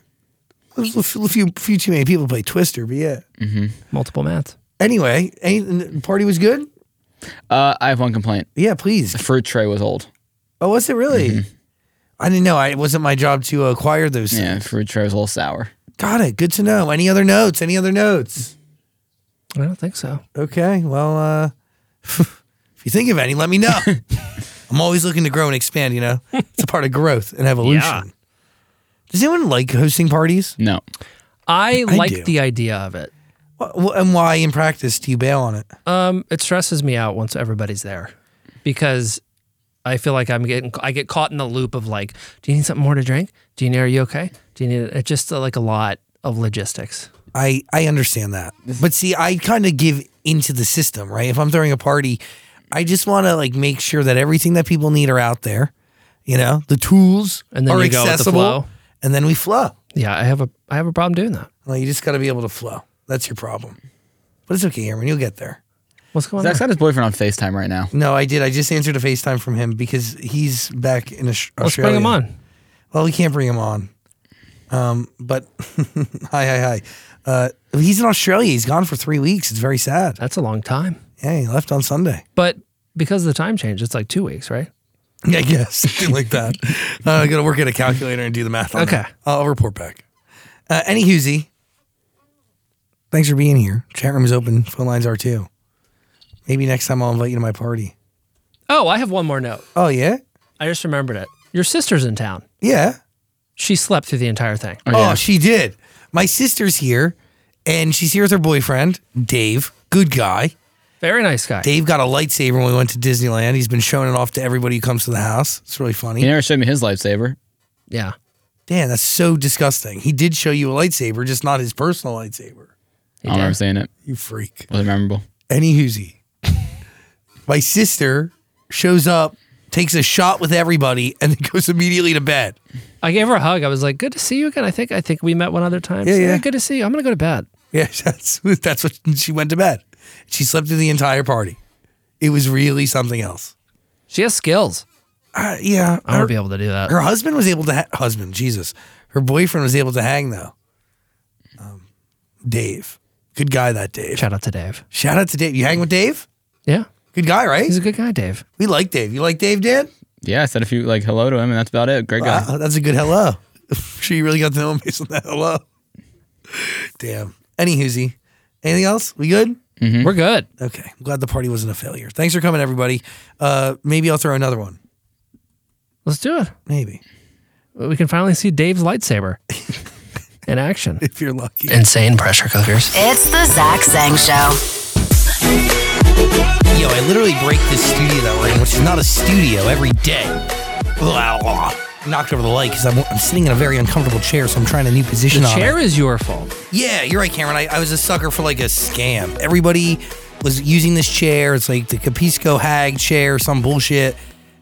Speaker 1: There's a few, few, few too many people play Twister, but yeah.
Speaker 4: Multiple mats.
Speaker 1: Anyway, any, party was good.
Speaker 3: Uh, I have one complaint.
Speaker 1: Yeah, please.
Speaker 3: The fruit tray was old.
Speaker 1: Oh, was it really? I didn't know. I, it wasn't my job to acquire those. things.
Speaker 3: Yeah, fruit tray was a little sour.
Speaker 1: Got it. Good to know. Any other notes? Any other notes?
Speaker 4: I don't think so.
Speaker 1: Okay. Well, uh, if you think of any, let me know. I'm always looking to grow and expand. You know, it's a part of growth and evolution.
Speaker 4: Yeah.
Speaker 1: Does anyone like hosting parties?
Speaker 3: No,
Speaker 4: I,
Speaker 1: I
Speaker 4: like
Speaker 1: do.
Speaker 4: the idea of it.
Speaker 1: Wh- wh- And why, in practice, do you bail on it?
Speaker 4: Um, it stresses me out once everybody's there because I feel like I'm getting I get caught in the loop of like, do you need something more to drink? Do you need are you okay? Do you need it's just uh, like a lot of logistics.
Speaker 1: I I understand that, but see, I kind of give into the system, right? If I'm throwing a party, I just want to like make sure that everything that people need are out there. You know, the tools
Speaker 4: And then
Speaker 1: are
Speaker 4: you go with the
Speaker 1: accessible,
Speaker 4: flow.
Speaker 1: and then we flow.
Speaker 4: Yeah, I have a I have a problem doing that.
Speaker 1: Well, you just got to be able to flow. That's your problem. But it's okay, Aaron. You'll get there.
Speaker 4: What's going
Speaker 3: Zach's
Speaker 4: on?
Speaker 3: got his boyfriend on Facetime right now.
Speaker 1: No, I did. I just answered a FaceTime from him because he's back in Aus-
Speaker 4: Let's
Speaker 1: Australia.
Speaker 4: bring him on.
Speaker 1: Well, we can't bring him on. Um, but hi, hi, hi. Uh, he's in Australia. He's gone for three weeks. It's very sad.
Speaker 4: That's a long time.
Speaker 1: Yeah, he left on Sunday.
Speaker 4: But because of the time change, it's like two weeks, right?
Speaker 1: I guess something like that. Uh, I got to work at a calculator and do the math. On
Speaker 4: Okay.
Speaker 1: that. I'll report back. Uh, any Husey, thanks for being here. Chat room is open. Phone lines are too. Maybe next time I'll invite you to my party.
Speaker 4: Oh, I have one more note.
Speaker 1: Oh yeah,
Speaker 4: I just remembered it. Your sister's in town.
Speaker 1: yeah.
Speaker 4: She slept through the entire thing.
Speaker 1: Oh, she did. My sister's here, and she's here with her boyfriend Dave. Good guy.
Speaker 4: Very nice guy.
Speaker 1: Dave got a lightsaber when we went to Disneyland. He's been showing it off to everybody who comes to the house. It's really funny.
Speaker 3: He never showed me his lightsaber.
Speaker 4: Yeah.
Speaker 1: Dan, that's so disgusting. He did show you a lightsaber, just not his personal lightsaber.
Speaker 3: I don't remember seeing it.
Speaker 1: You freak.
Speaker 3: Wasn't memorable.
Speaker 1: Any hoozy. My sister shows up, takes a shot with everybody, and then goes immediately to bed.
Speaker 4: I gave her a hug. I was like, "Good to see you again." I think I think we met one other time.
Speaker 1: Yeah,
Speaker 4: So,
Speaker 1: yeah.
Speaker 4: Good to see you. I'm gonna go to bed.
Speaker 1: Yeah, that's that's what she went to bed. She slept through the entire party. It was really something else.
Speaker 4: She has skills.
Speaker 1: Uh, yeah,
Speaker 4: I
Speaker 1: her,
Speaker 4: want to be able to do that.
Speaker 1: her husband was able to ha- husband Jesus. Her boyfriend was able to hang though. Um, Dave, good guy that Dave.
Speaker 4: Shout out to Dave.
Speaker 1: Shout out to Dave. You hang with Dave?
Speaker 4: Yeah,
Speaker 1: Good guy, right?
Speaker 4: he's a good guy, Dave.
Speaker 1: We like Dave. You like Dave, Dan?
Speaker 3: Yeah, I said a few like hello to him, and that's about it. Great guy.
Speaker 1: Wow, that's a good hello. sure, you really got to know him based on that hello. Damn. Any hoozy. Anything else? We good?
Speaker 4: We're good.
Speaker 1: Okay. I'm glad the party wasn't a failure. Thanks for coming, everybody. Uh, maybe I'll throw another one.
Speaker 4: Let's do it.
Speaker 1: Maybe
Speaker 4: We can finally see Dave's lightsaber in action.
Speaker 1: if you're lucky.
Speaker 4: Insane pressure cookers.
Speaker 2: It's the Zach Sang Show.
Speaker 1: Yo, I literally break this studio that we're in, which is not a studio, every day. Blah, blah. Knocked over the light because I'm, I'm sitting in a very uncomfortable chair, so I'm trying a new position
Speaker 4: The
Speaker 1: on it.
Speaker 4: chair is your fault.
Speaker 1: Yeah, you're right, Cameron. I, I was a sucker for like a scam. Everybody was using this chair. It's like the Capisco hag chair, some bullshit.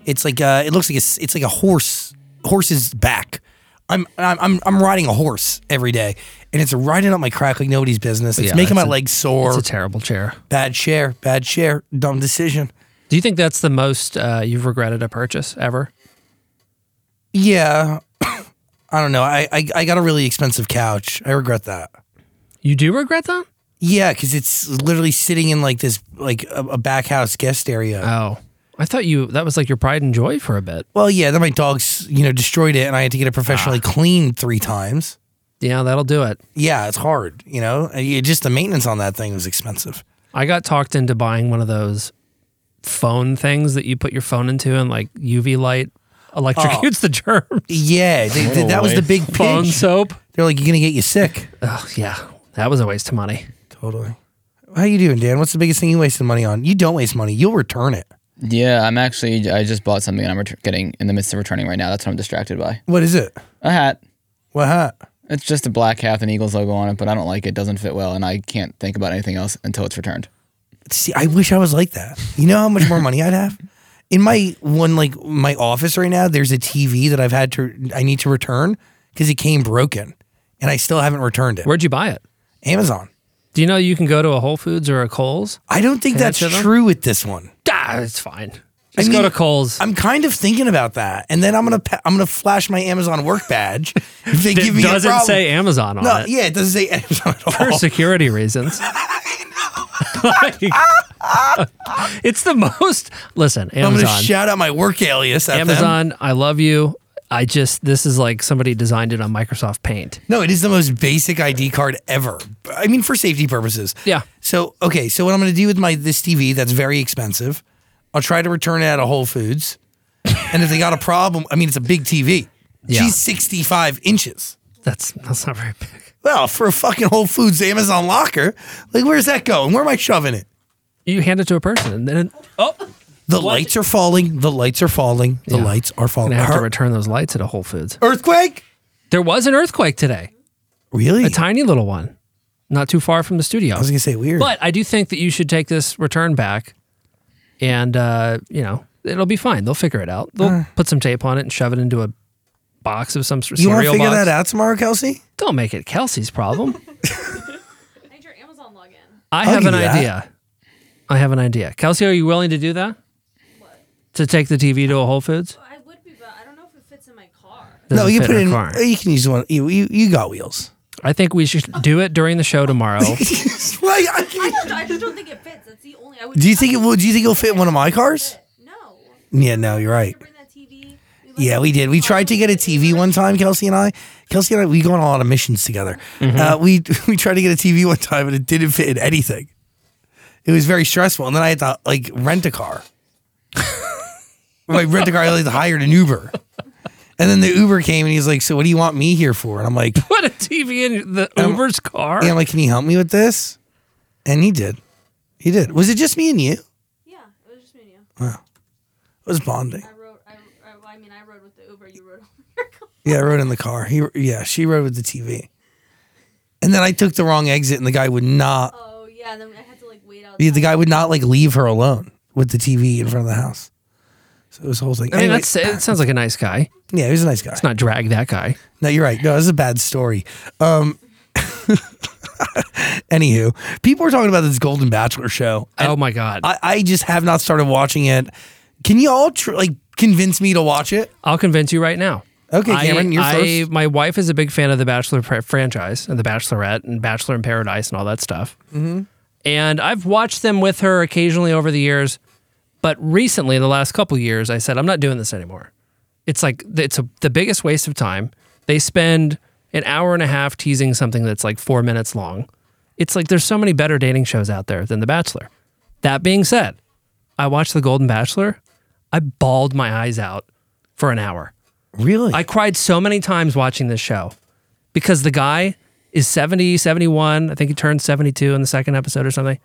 Speaker 1: It's like uh, it looks like a, s- it's like a horse horse's back. I'm I'm I'm- I'm riding a horse every day, and it's riding up my crack like nobody's business. It's
Speaker 4: Yeah,
Speaker 1: making my
Speaker 4: it's a-
Speaker 1: legs sore.
Speaker 4: It's a terrible chair.
Speaker 1: bad chair, bad chair, dumb decision.
Speaker 4: Do you think that's the most uh, you've regretted a purchase ever?
Speaker 1: Yeah, I don't know. I, I I got a really expensive couch. I regret that.
Speaker 4: You do regret that?
Speaker 1: Yeah, because it's literally sitting in like this like a, a back house guest area.
Speaker 4: Oh, I thought you that was like your pride and joy for a bit.
Speaker 1: Well, yeah, then my dogs, you know, destroyed it and I had to get it professionally cleaned three times.
Speaker 4: Yeah, that'll do it.
Speaker 1: Yeah, it's hard, you know? And you- just the maintenance on that thing was expensive.
Speaker 4: I got talked into buying one of those phone things that you put your phone into and like UV light electrocutes
Speaker 1: Oh.
Speaker 4: the germ.
Speaker 1: Yeah, they, they- that was the big
Speaker 4: Phone
Speaker 1: pinch.
Speaker 4: soap.
Speaker 1: They're like, you're going to get you sick.
Speaker 4: Oh yeah, that was a waste of money.
Speaker 1: Totally. How you doing, Dan? What's the biggest thing you wasted money on? You don't waste money. You'll return it.
Speaker 3: Yeah, I'm actually I just bought something and I'm ret- getting in the midst of returning right now. That's what I'm distracted by.
Speaker 1: What is it?
Speaker 3: A hat.
Speaker 1: What hat?
Speaker 3: It's just a black hat with an Eagles logo on it, but I don't like it. Doesn't fit well, and I can't think about anything else until it's returned.
Speaker 1: See, I wish I was like that. You know how much more money I'd have? In my one, like my office right now, there's a TV that I've had to, I need to return because it came broken and I still haven't returned it.
Speaker 4: Where'd you buy it?
Speaker 1: Amazon.
Speaker 4: Do you know you can go to a Whole Foods or a Kohl's?
Speaker 1: I don't think
Speaker 4: Can I
Speaker 1: that's
Speaker 4: show them?
Speaker 1: true with this one.
Speaker 4: Ah, it's fine. Just
Speaker 1: mean-
Speaker 4: go to Kohl's.
Speaker 1: I'm kind of thinking about that, and then I'm gonna pa- I'm gonna flash my Amazon work badge if they
Speaker 4: it
Speaker 1: give me
Speaker 4: doesn't
Speaker 1: a problem.
Speaker 4: say Amazon on
Speaker 1: no,
Speaker 4: it
Speaker 1: yeah, Oh. it doesn't say Amazon at all.
Speaker 4: for security reasons. Like, it's the most. Listen,
Speaker 1: I'm
Speaker 4: Amazon.
Speaker 1: gonna shout out my work alias at them.
Speaker 4: Amazon, I love you. I just this is like somebody designed it on Microsoft Paint.
Speaker 1: No, it is the most basic ID card ever. I mean, for safety purposes.
Speaker 4: Yeah.
Speaker 1: So okay, so what I'm gonna do with my this TV that's very expensive, I'll try to return it at a Whole Foods, and if they got a problem, I mean, it's a big TV.
Speaker 4: Yeah.
Speaker 1: She's 65 inches.
Speaker 4: That's that's not very big.
Speaker 1: Well, for a fucking Whole Foods Amazon locker, like where's that going? Where am I shoving it?
Speaker 4: You hand it to a person and then oh, I'm
Speaker 1: The lights are falling. The lights are falling. The
Speaker 4: Yeah.
Speaker 1: lights are falling.
Speaker 4: gonna have to
Speaker 1: Her-
Speaker 4: return those lights at a Whole Foods.
Speaker 1: Earthquake?
Speaker 4: There was an earthquake today,
Speaker 1: Really?
Speaker 4: a tiny little one, not too far from the studio.
Speaker 1: I was gonna say weird.
Speaker 4: but I do think that you should take this return back, and uh, you know it'll be fine. They'll figure it out. They'll
Speaker 1: Uh.
Speaker 4: put some tape on it and shove it into a box of some sort.
Speaker 1: you want to
Speaker 4: cereal
Speaker 1: figure
Speaker 4: box.
Speaker 1: that out tomorrow, Kelsey?
Speaker 4: Don't make it Kelsey's problem.
Speaker 6: I need your Amazon login.
Speaker 4: I
Speaker 1: I'll
Speaker 4: have
Speaker 1: give
Speaker 4: an
Speaker 1: you that.
Speaker 4: idea. I have an idea. Kelsey, are you willing to do that? To take the TV to a Whole Foods?
Speaker 6: I would be, but I don't know if it fits in my car.
Speaker 1: no,
Speaker 4: Doesn't
Speaker 1: you
Speaker 4: fit
Speaker 1: put
Speaker 4: her
Speaker 1: it in.
Speaker 4: car.
Speaker 1: You can use one. You, you, you got wheels.
Speaker 4: I think we should do it during the show tomorrow.
Speaker 1: Why- I can't-
Speaker 5: I just don't think it fits. That's the only. I would
Speaker 1: do you think it will? Do you think it'll fit in one of my cars?
Speaker 5: no.
Speaker 1: Yeah, no, you're right.
Speaker 5: Bring that TV.
Speaker 1: Yeah, we did. We tried to get a TV one time, Kelsey and I. Kelsey and I, we go on a lot of missions together. Uh, we we tried to get a TV one time, and it didn't fit in anything. It was very stressful, and then I had to like rent a car. My rent a car, I had to hire an Uber, and then the Uber came, and he's like, "So what do you want me here for?" And I'm like,
Speaker 4: Put a TV in the Uber's car.
Speaker 1: "Yeah, I'm like, can you help me with this?" And he did. He did. Was it just me and you? It
Speaker 5: Yeah, it was just me and you.
Speaker 1: was bonding.
Speaker 5: I rode. I, I, I mean, I rode with the Uber. You rode on your car.
Speaker 1: Yeah, I rode in the car. He, yeah, she rode with the TV. And then I took the wrong exit, and the guy would not.
Speaker 5: Oh yeah, then I had to like wait out.
Speaker 1: The, the guy would not like leave her alone with the TV in front of the house. So it was a whole thing.
Speaker 4: I mean,
Speaker 1: Anyway,
Speaker 4: that's it. Sounds like a nice guy.
Speaker 1: yeah, he was a nice guy.
Speaker 4: Let's not drag that guy.
Speaker 1: No, you're right. No, this is a bad story. Um, anywho, people were talking about this Golden Bachelor show.
Speaker 4: oh my god.
Speaker 1: I, I just have not started watching it. Can you all tr- like convince me to watch it?
Speaker 4: I'll convince you right now.
Speaker 1: Okay, Cameron, you're
Speaker 4: I,
Speaker 1: first.
Speaker 4: My wife is a big fan of the Bachelor pr- franchise and the Bachelorette and Bachelor in Paradise and all that stuff. Mm-hmm. And I've watched them with her occasionally over the years, but recently, the last couple years, I said I'm not doing this anymore. It's like it's a, the biggest waste of time. They spend an hour and a half teasing something that's like four minutes long. It's like there's so many better dating shows out there than The Bachelor. That being said, I watched The Golden Bachelor. I bawled my eyes out for an hour.
Speaker 1: Really?
Speaker 4: I cried so many times watching this show because the guy is 70, 71. I think he turned 72 in the second episode or something.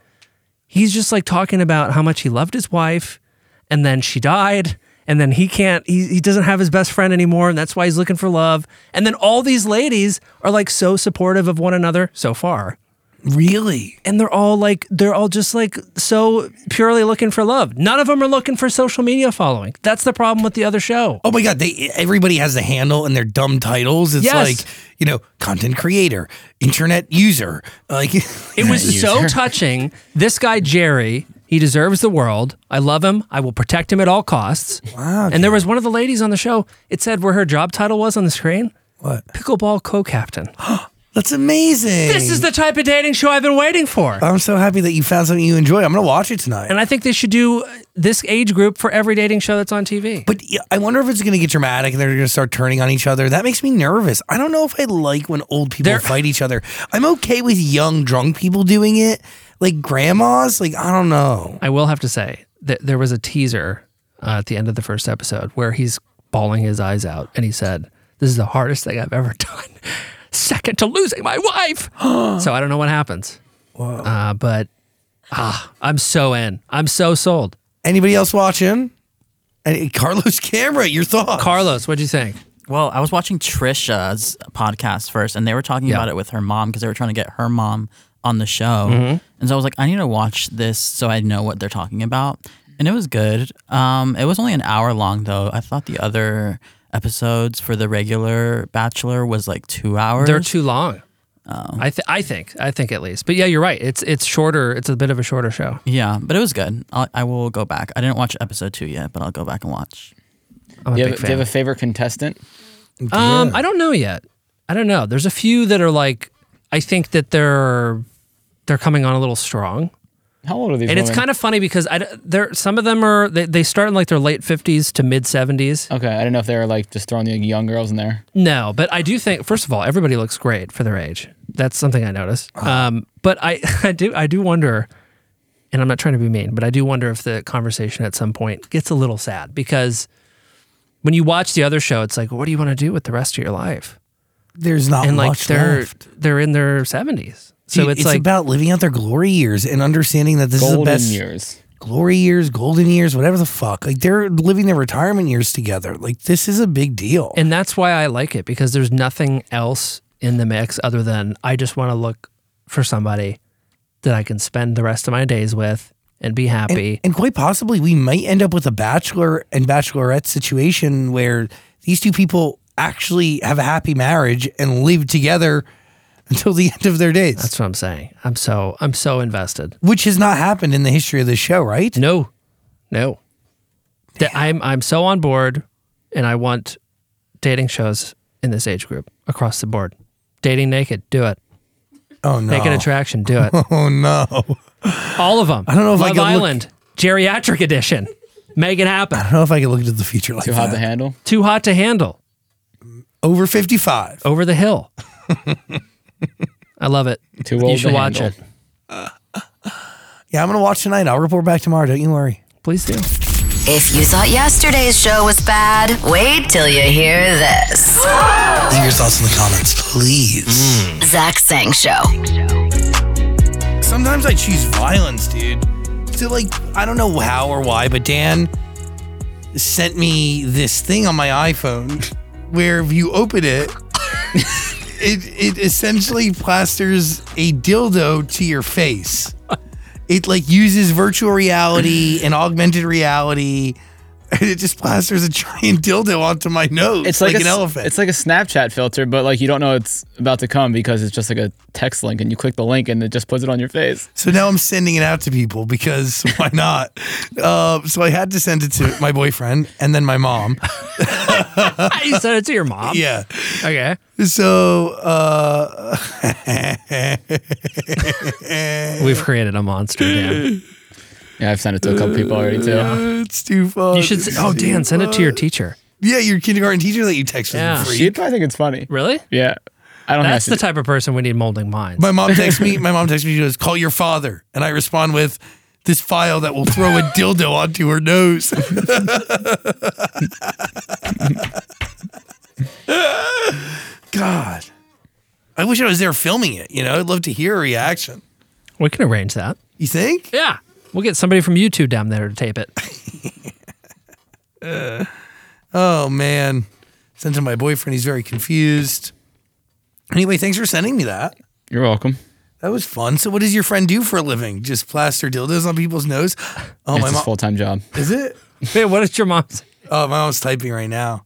Speaker 4: He's just like talking about how much he loved his wife and then she died. And then he can't, he, he doesn't have his best friend anymore. And that's why he's looking for love. And then all these ladies are like so supportive of one another so far.
Speaker 1: really?
Speaker 4: And they're all like, they're all just like so purely looking for love. None of them are looking for social media following. That's the problem with the other show.
Speaker 1: Oh my god, they everybody has a handle and their dumb titles. It's
Speaker 4: Yes.
Speaker 1: like, you know, content creator, internet user. Like
Speaker 4: It was so touching. This guy Jerry, he deserves the world. I love him. I will protect him at all costs. Wow. And there was one of the ladies on the show. It said where her job title was on the screen.
Speaker 1: What?
Speaker 4: Pickleball co-captain.
Speaker 1: That's amazing.
Speaker 4: this is the type of dating show I've been waiting for.
Speaker 1: I'm so happy that you found something you enjoy. I'm going to watch it tonight.
Speaker 4: and I think they should do this age group for every dating show that's on TV.
Speaker 1: but yeah, I wonder if it's going to get dramatic and they're going to start turning on each other. That makes me nervous. I don't know if I like when old people
Speaker 4: They're-
Speaker 1: fight each other. I'm okay with young drunk people doing it, like grandmas. Like I don't know.
Speaker 4: I will have to say that there was a teaser uh, at the end of the first episode where he's bawling his eyes out and he said, This is the hardest thing I've ever done. Second to losing my wife. so I don't know what happens. Uh, but ah, I'm so in. I'm so sold.
Speaker 1: Anybody else watching? And Carlos Camera, your thoughts?
Speaker 4: Carlos, what'd you think?
Speaker 7: Well, I was watching Trisha's podcast first, and they were talking about it with her mom because they were trying to get her mom on the show. And so I was like, I need to watch this so I know what they're talking about. And it was good. Um, it was only an hour long, though. I thought the other episodes for the regular Bachelor was like two hours.
Speaker 4: They're too long. I, th- I think I think at least, but yeah, you're right. It's it's shorter. It's a bit of a shorter show.
Speaker 7: yeah, but it was good. I'll, I will go back. I didn't watch episode two yet, but I'll go back and watch.
Speaker 4: I'm a
Speaker 3: Do you,
Speaker 4: big
Speaker 3: have, do
Speaker 4: fan.
Speaker 3: you have a favorite contestant?
Speaker 4: Um, I don't know yet. I don't know. There's a few that are like, I think that they're they're coming on a little strong,
Speaker 3: How old are these?
Speaker 4: and it's kind of funny because I d- there some of them are they, they start in like their late 50s to mid 70s.
Speaker 3: okay. I don't know if they were like just throwing the young girls in there.
Speaker 4: No, but I do think first of all, everybody looks great for their age. That's something I noticed. Um, but I I do I do wonder, and I'm not trying to be mean, but I do wonder if the conversation at some point gets a little sad because when you watch the other show, it's like, what do you want to do with the rest of your life?
Speaker 1: There's not
Speaker 4: and like
Speaker 1: much
Speaker 4: they're
Speaker 1: left.
Speaker 4: they're in their 70s so
Speaker 1: Dude,
Speaker 4: it's, like
Speaker 1: about living out their glory years and understanding that this
Speaker 3: Golden
Speaker 1: is the best
Speaker 3: years.
Speaker 1: glory years, golden years, whatever the fuck. Like they're living their retirement years together. Like this is a big deal.
Speaker 4: and that's why i like it because there's nothing else in the mix other than i just want to look for somebody that i can spend the rest of my days with and be happy
Speaker 1: and quite possibly we might end up with a bachelor and bachelorette situation where these two people actually have a happy marriage and live together until the end of their days,
Speaker 4: that's what i'm saying i'm so i'm so invested
Speaker 1: which has not happened in the history of this show, right?
Speaker 4: no no that i'm i'm so on board and i want dating shows in this age group across the board Dating naked, do it.
Speaker 1: Oh no.
Speaker 4: Naked attraction, do it.
Speaker 1: Oh no.
Speaker 4: All of them. I
Speaker 1: don't know if I
Speaker 4: Love
Speaker 1: could look-
Speaker 4: Island, geriatric edition. Make it happen.
Speaker 1: I don't know if I can look into the future like
Speaker 3: Too hot to
Speaker 1: that.
Speaker 3: handle.
Speaker 4: Too hot to handle.
Speaker 1: Over 55.
Speaker 4: Over the hill. I love it.
Speaker 3: Too old
Speaker 4: you should
Speaker 3: to
Speaker 4: watch
Speaker 3: handle.
Speaker 4: it.
Speaker 1: Yeah, I'm gonna watch tonight. I'll report back tomorrow. Don't you worry.
Speaker 4: Please do.
Speaker 2: If you thought yesterday's show was bad, wait till you hear this.
Speaker 1: Leave your thoughts in the comments, please.
Speaker 2: Zach Sang Show.
Speaker 1: Sometimes I choose violence, dude. To like, I don't know how or why, but Dan sent me this thing on my iPhone where if you open it, it it essentially plasters a dildo to your face. It like uses virtual reality and augmented reality. And it just plasters a giant dildo onto my nose.
Speaker 3: It's like, a
Speaker 1: an
Speaker 3: s-
Speaker 1: elephant.
Speaker 3: It's like a Snapchat filter, but like you don't know it's about to come because it's just like a text link, and you click the link, and it just puts it on your face.
Speaker 1: So now I'm sending it out to people because why not? Uh, so I had to send it to my boyfriend and then my mom.
Speaker 4: you sent it to your mom.
Speaker 1: Yeah.
Speaker 4: Okay.
Speaker 1: So uh,
Speaker 4: We've created a monster, Dan.
Speaker 3: Yeah, I've sent it to a couple people already too.
Speaker 1: it's too fun.
Speaker 4: You should. s- Oh, Dan, send it to your teacher.
Speaker 1: Yeah, your kindergarten teacher that you texted.
Speaker 4: Yeah.
Speaker 1: Yeah.
Speaker 3: She'd probably think it's funny.
Speaker 4: Really?
Speaker 3: Yeah, I don't.
Speaker 4: That's
Speaker 3: have
Speaker 4: the
Speaker 3: to
Speaker 4: type of person we need molding minds.
Speaker 1: My mom texts me. My mom texts me. She goes, "Call your father," and I respond with. This file that will throw a dildo onto her nose. God. I wish I was there filming it. You know, I'd love to hear a reaction.
Speaker 4: we can arrange that.
Speaker 1: You think?
Speaker 4: Yeah. We'll get somebody from YouTube down there to tape it.
Speaker 1: Oh man. Sent to my boyfriend. He's very confused. Anyway, thanks for sending me that.
Speaker 3: You're welcome.
Speaker 1: That was fun. So, what does your friend do for a living? Just plaster dildos on people's nose? Oh,
Speaker 3: It's
Speaker 1: my
Speaker 3: his
Speaker 1: mom.
Speaker 3: full time job.
Speaker 1: Is it?
Speaker 4: Hey, what is your mom's?
Speaker 1: Oh, my mom's typing right now.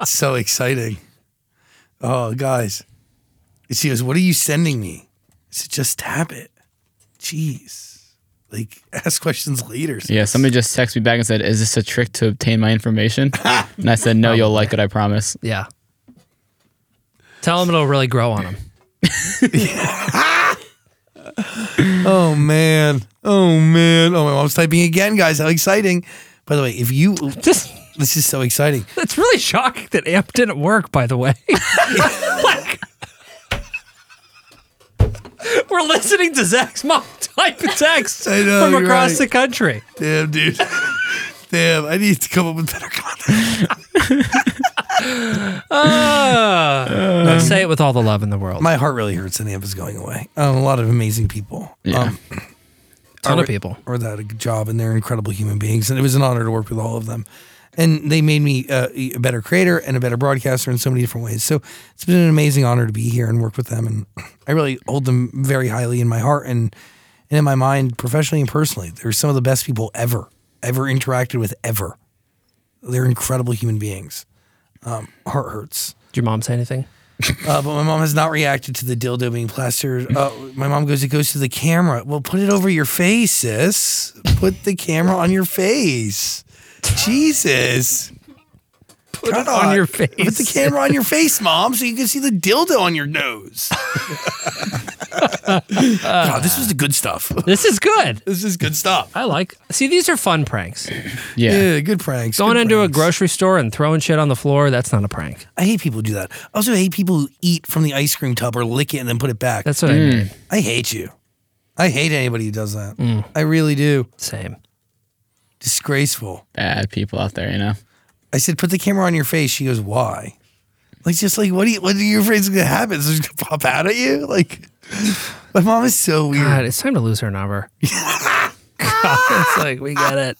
Speaker 1: It's so exciting. Oh, guys. She goes, What are you sending me? I said, Just tap it. Jeez. Like, ask questions later.
Speaker 3: Yeah, somebody just texted me back and said, "Is this a trick to obtain my information?" and I said, "No, you'll like it. I promise."
Speaker 4: Yeah. Tell him it'll really grow on him.
Speaker 1: Oh, man. Oh, man. Oh, my mom's typing again, guys. How exciting. By the way, if you,
Speaker 4: Just
Speaker 1: this is so exciting.
Speaker 4: that's really shocking that AMP didn't work, by the way. like We're listening to Zach's mom type a text
Speaker 1: I know,
Speaker 4: from
Speaker 1: you're
Speaker 4: across
Speaker 1: right.
Speaker 4: the country.
Speaker 1: Damn, dude. Damn, I need to come up with better content.
Speaker 4: Uh, say it with all the love in the world.
Speaker 1: Uh-huh. My heart really hurts and AMP is going away. Um, a lot of amazing people.
Speaker 3: Yeah.
Speaker 1: Um,
Speaker 4: ton of people.
Speaker 1: or that a good job and they're incredible human beings and it was an honor to work with all of them and they made me uh, a better creator and a better broadcaster in so many different ways so it's been an amazing honor to be here and work with them and i really hold them very highly in my heart and, and in my mind professionally and personally they're some of the best people ever ever interacted with ever they're incredible human beings um, heart hurts
Speaker 4: Did your mom say anything?
Speaker 1: uh, but my mom has not reacted to the dildo being plastered. Uh, my mom goes, it goes to the camera. Well, put it over your face, sis. Put the camera on your face. Jesus. Put it
Speaker 4: on your face.
Speaker 1: Put the camera on your face, mom, so you can see the dildo on your nose. God, this was the good stuff.
Speaker 4: This is good.
Speaker 1: This is good stuff.
Speaker 4: I like. See, these are fun pranks.
Speaker 3: Yeah,
Speaker 1: Yeah, good pranks.
Speaker 4: Going
Speaker 1: good
Speaker 4: into
Speaker 1: pranks.
Speaker 4: a grocery store and throwing shit on the floor—that's not a prank.
Speaker 1: I hate people who do that. I also hate people who eat from the ice cream tub or lick it and then put it back.
Speaker 4: That's what I mean.
Speaker 1: I hate you. I hate anybody who does that.
Speaker 4: Mm.
Speaker 1: I really do.
Speaker 4: Same.
Speaker 1: Disgraceful.
Speaker 3: bad people out there, you know.
Speaker 1: I said, put the camera on your face. She goes, why? Like, just like, what do you, what are you afraid is going to happen? Is it going to pop out at you? Like, my mom is so weird.
Speaker 4: God, it's time to lose her number. God, it's like we get it.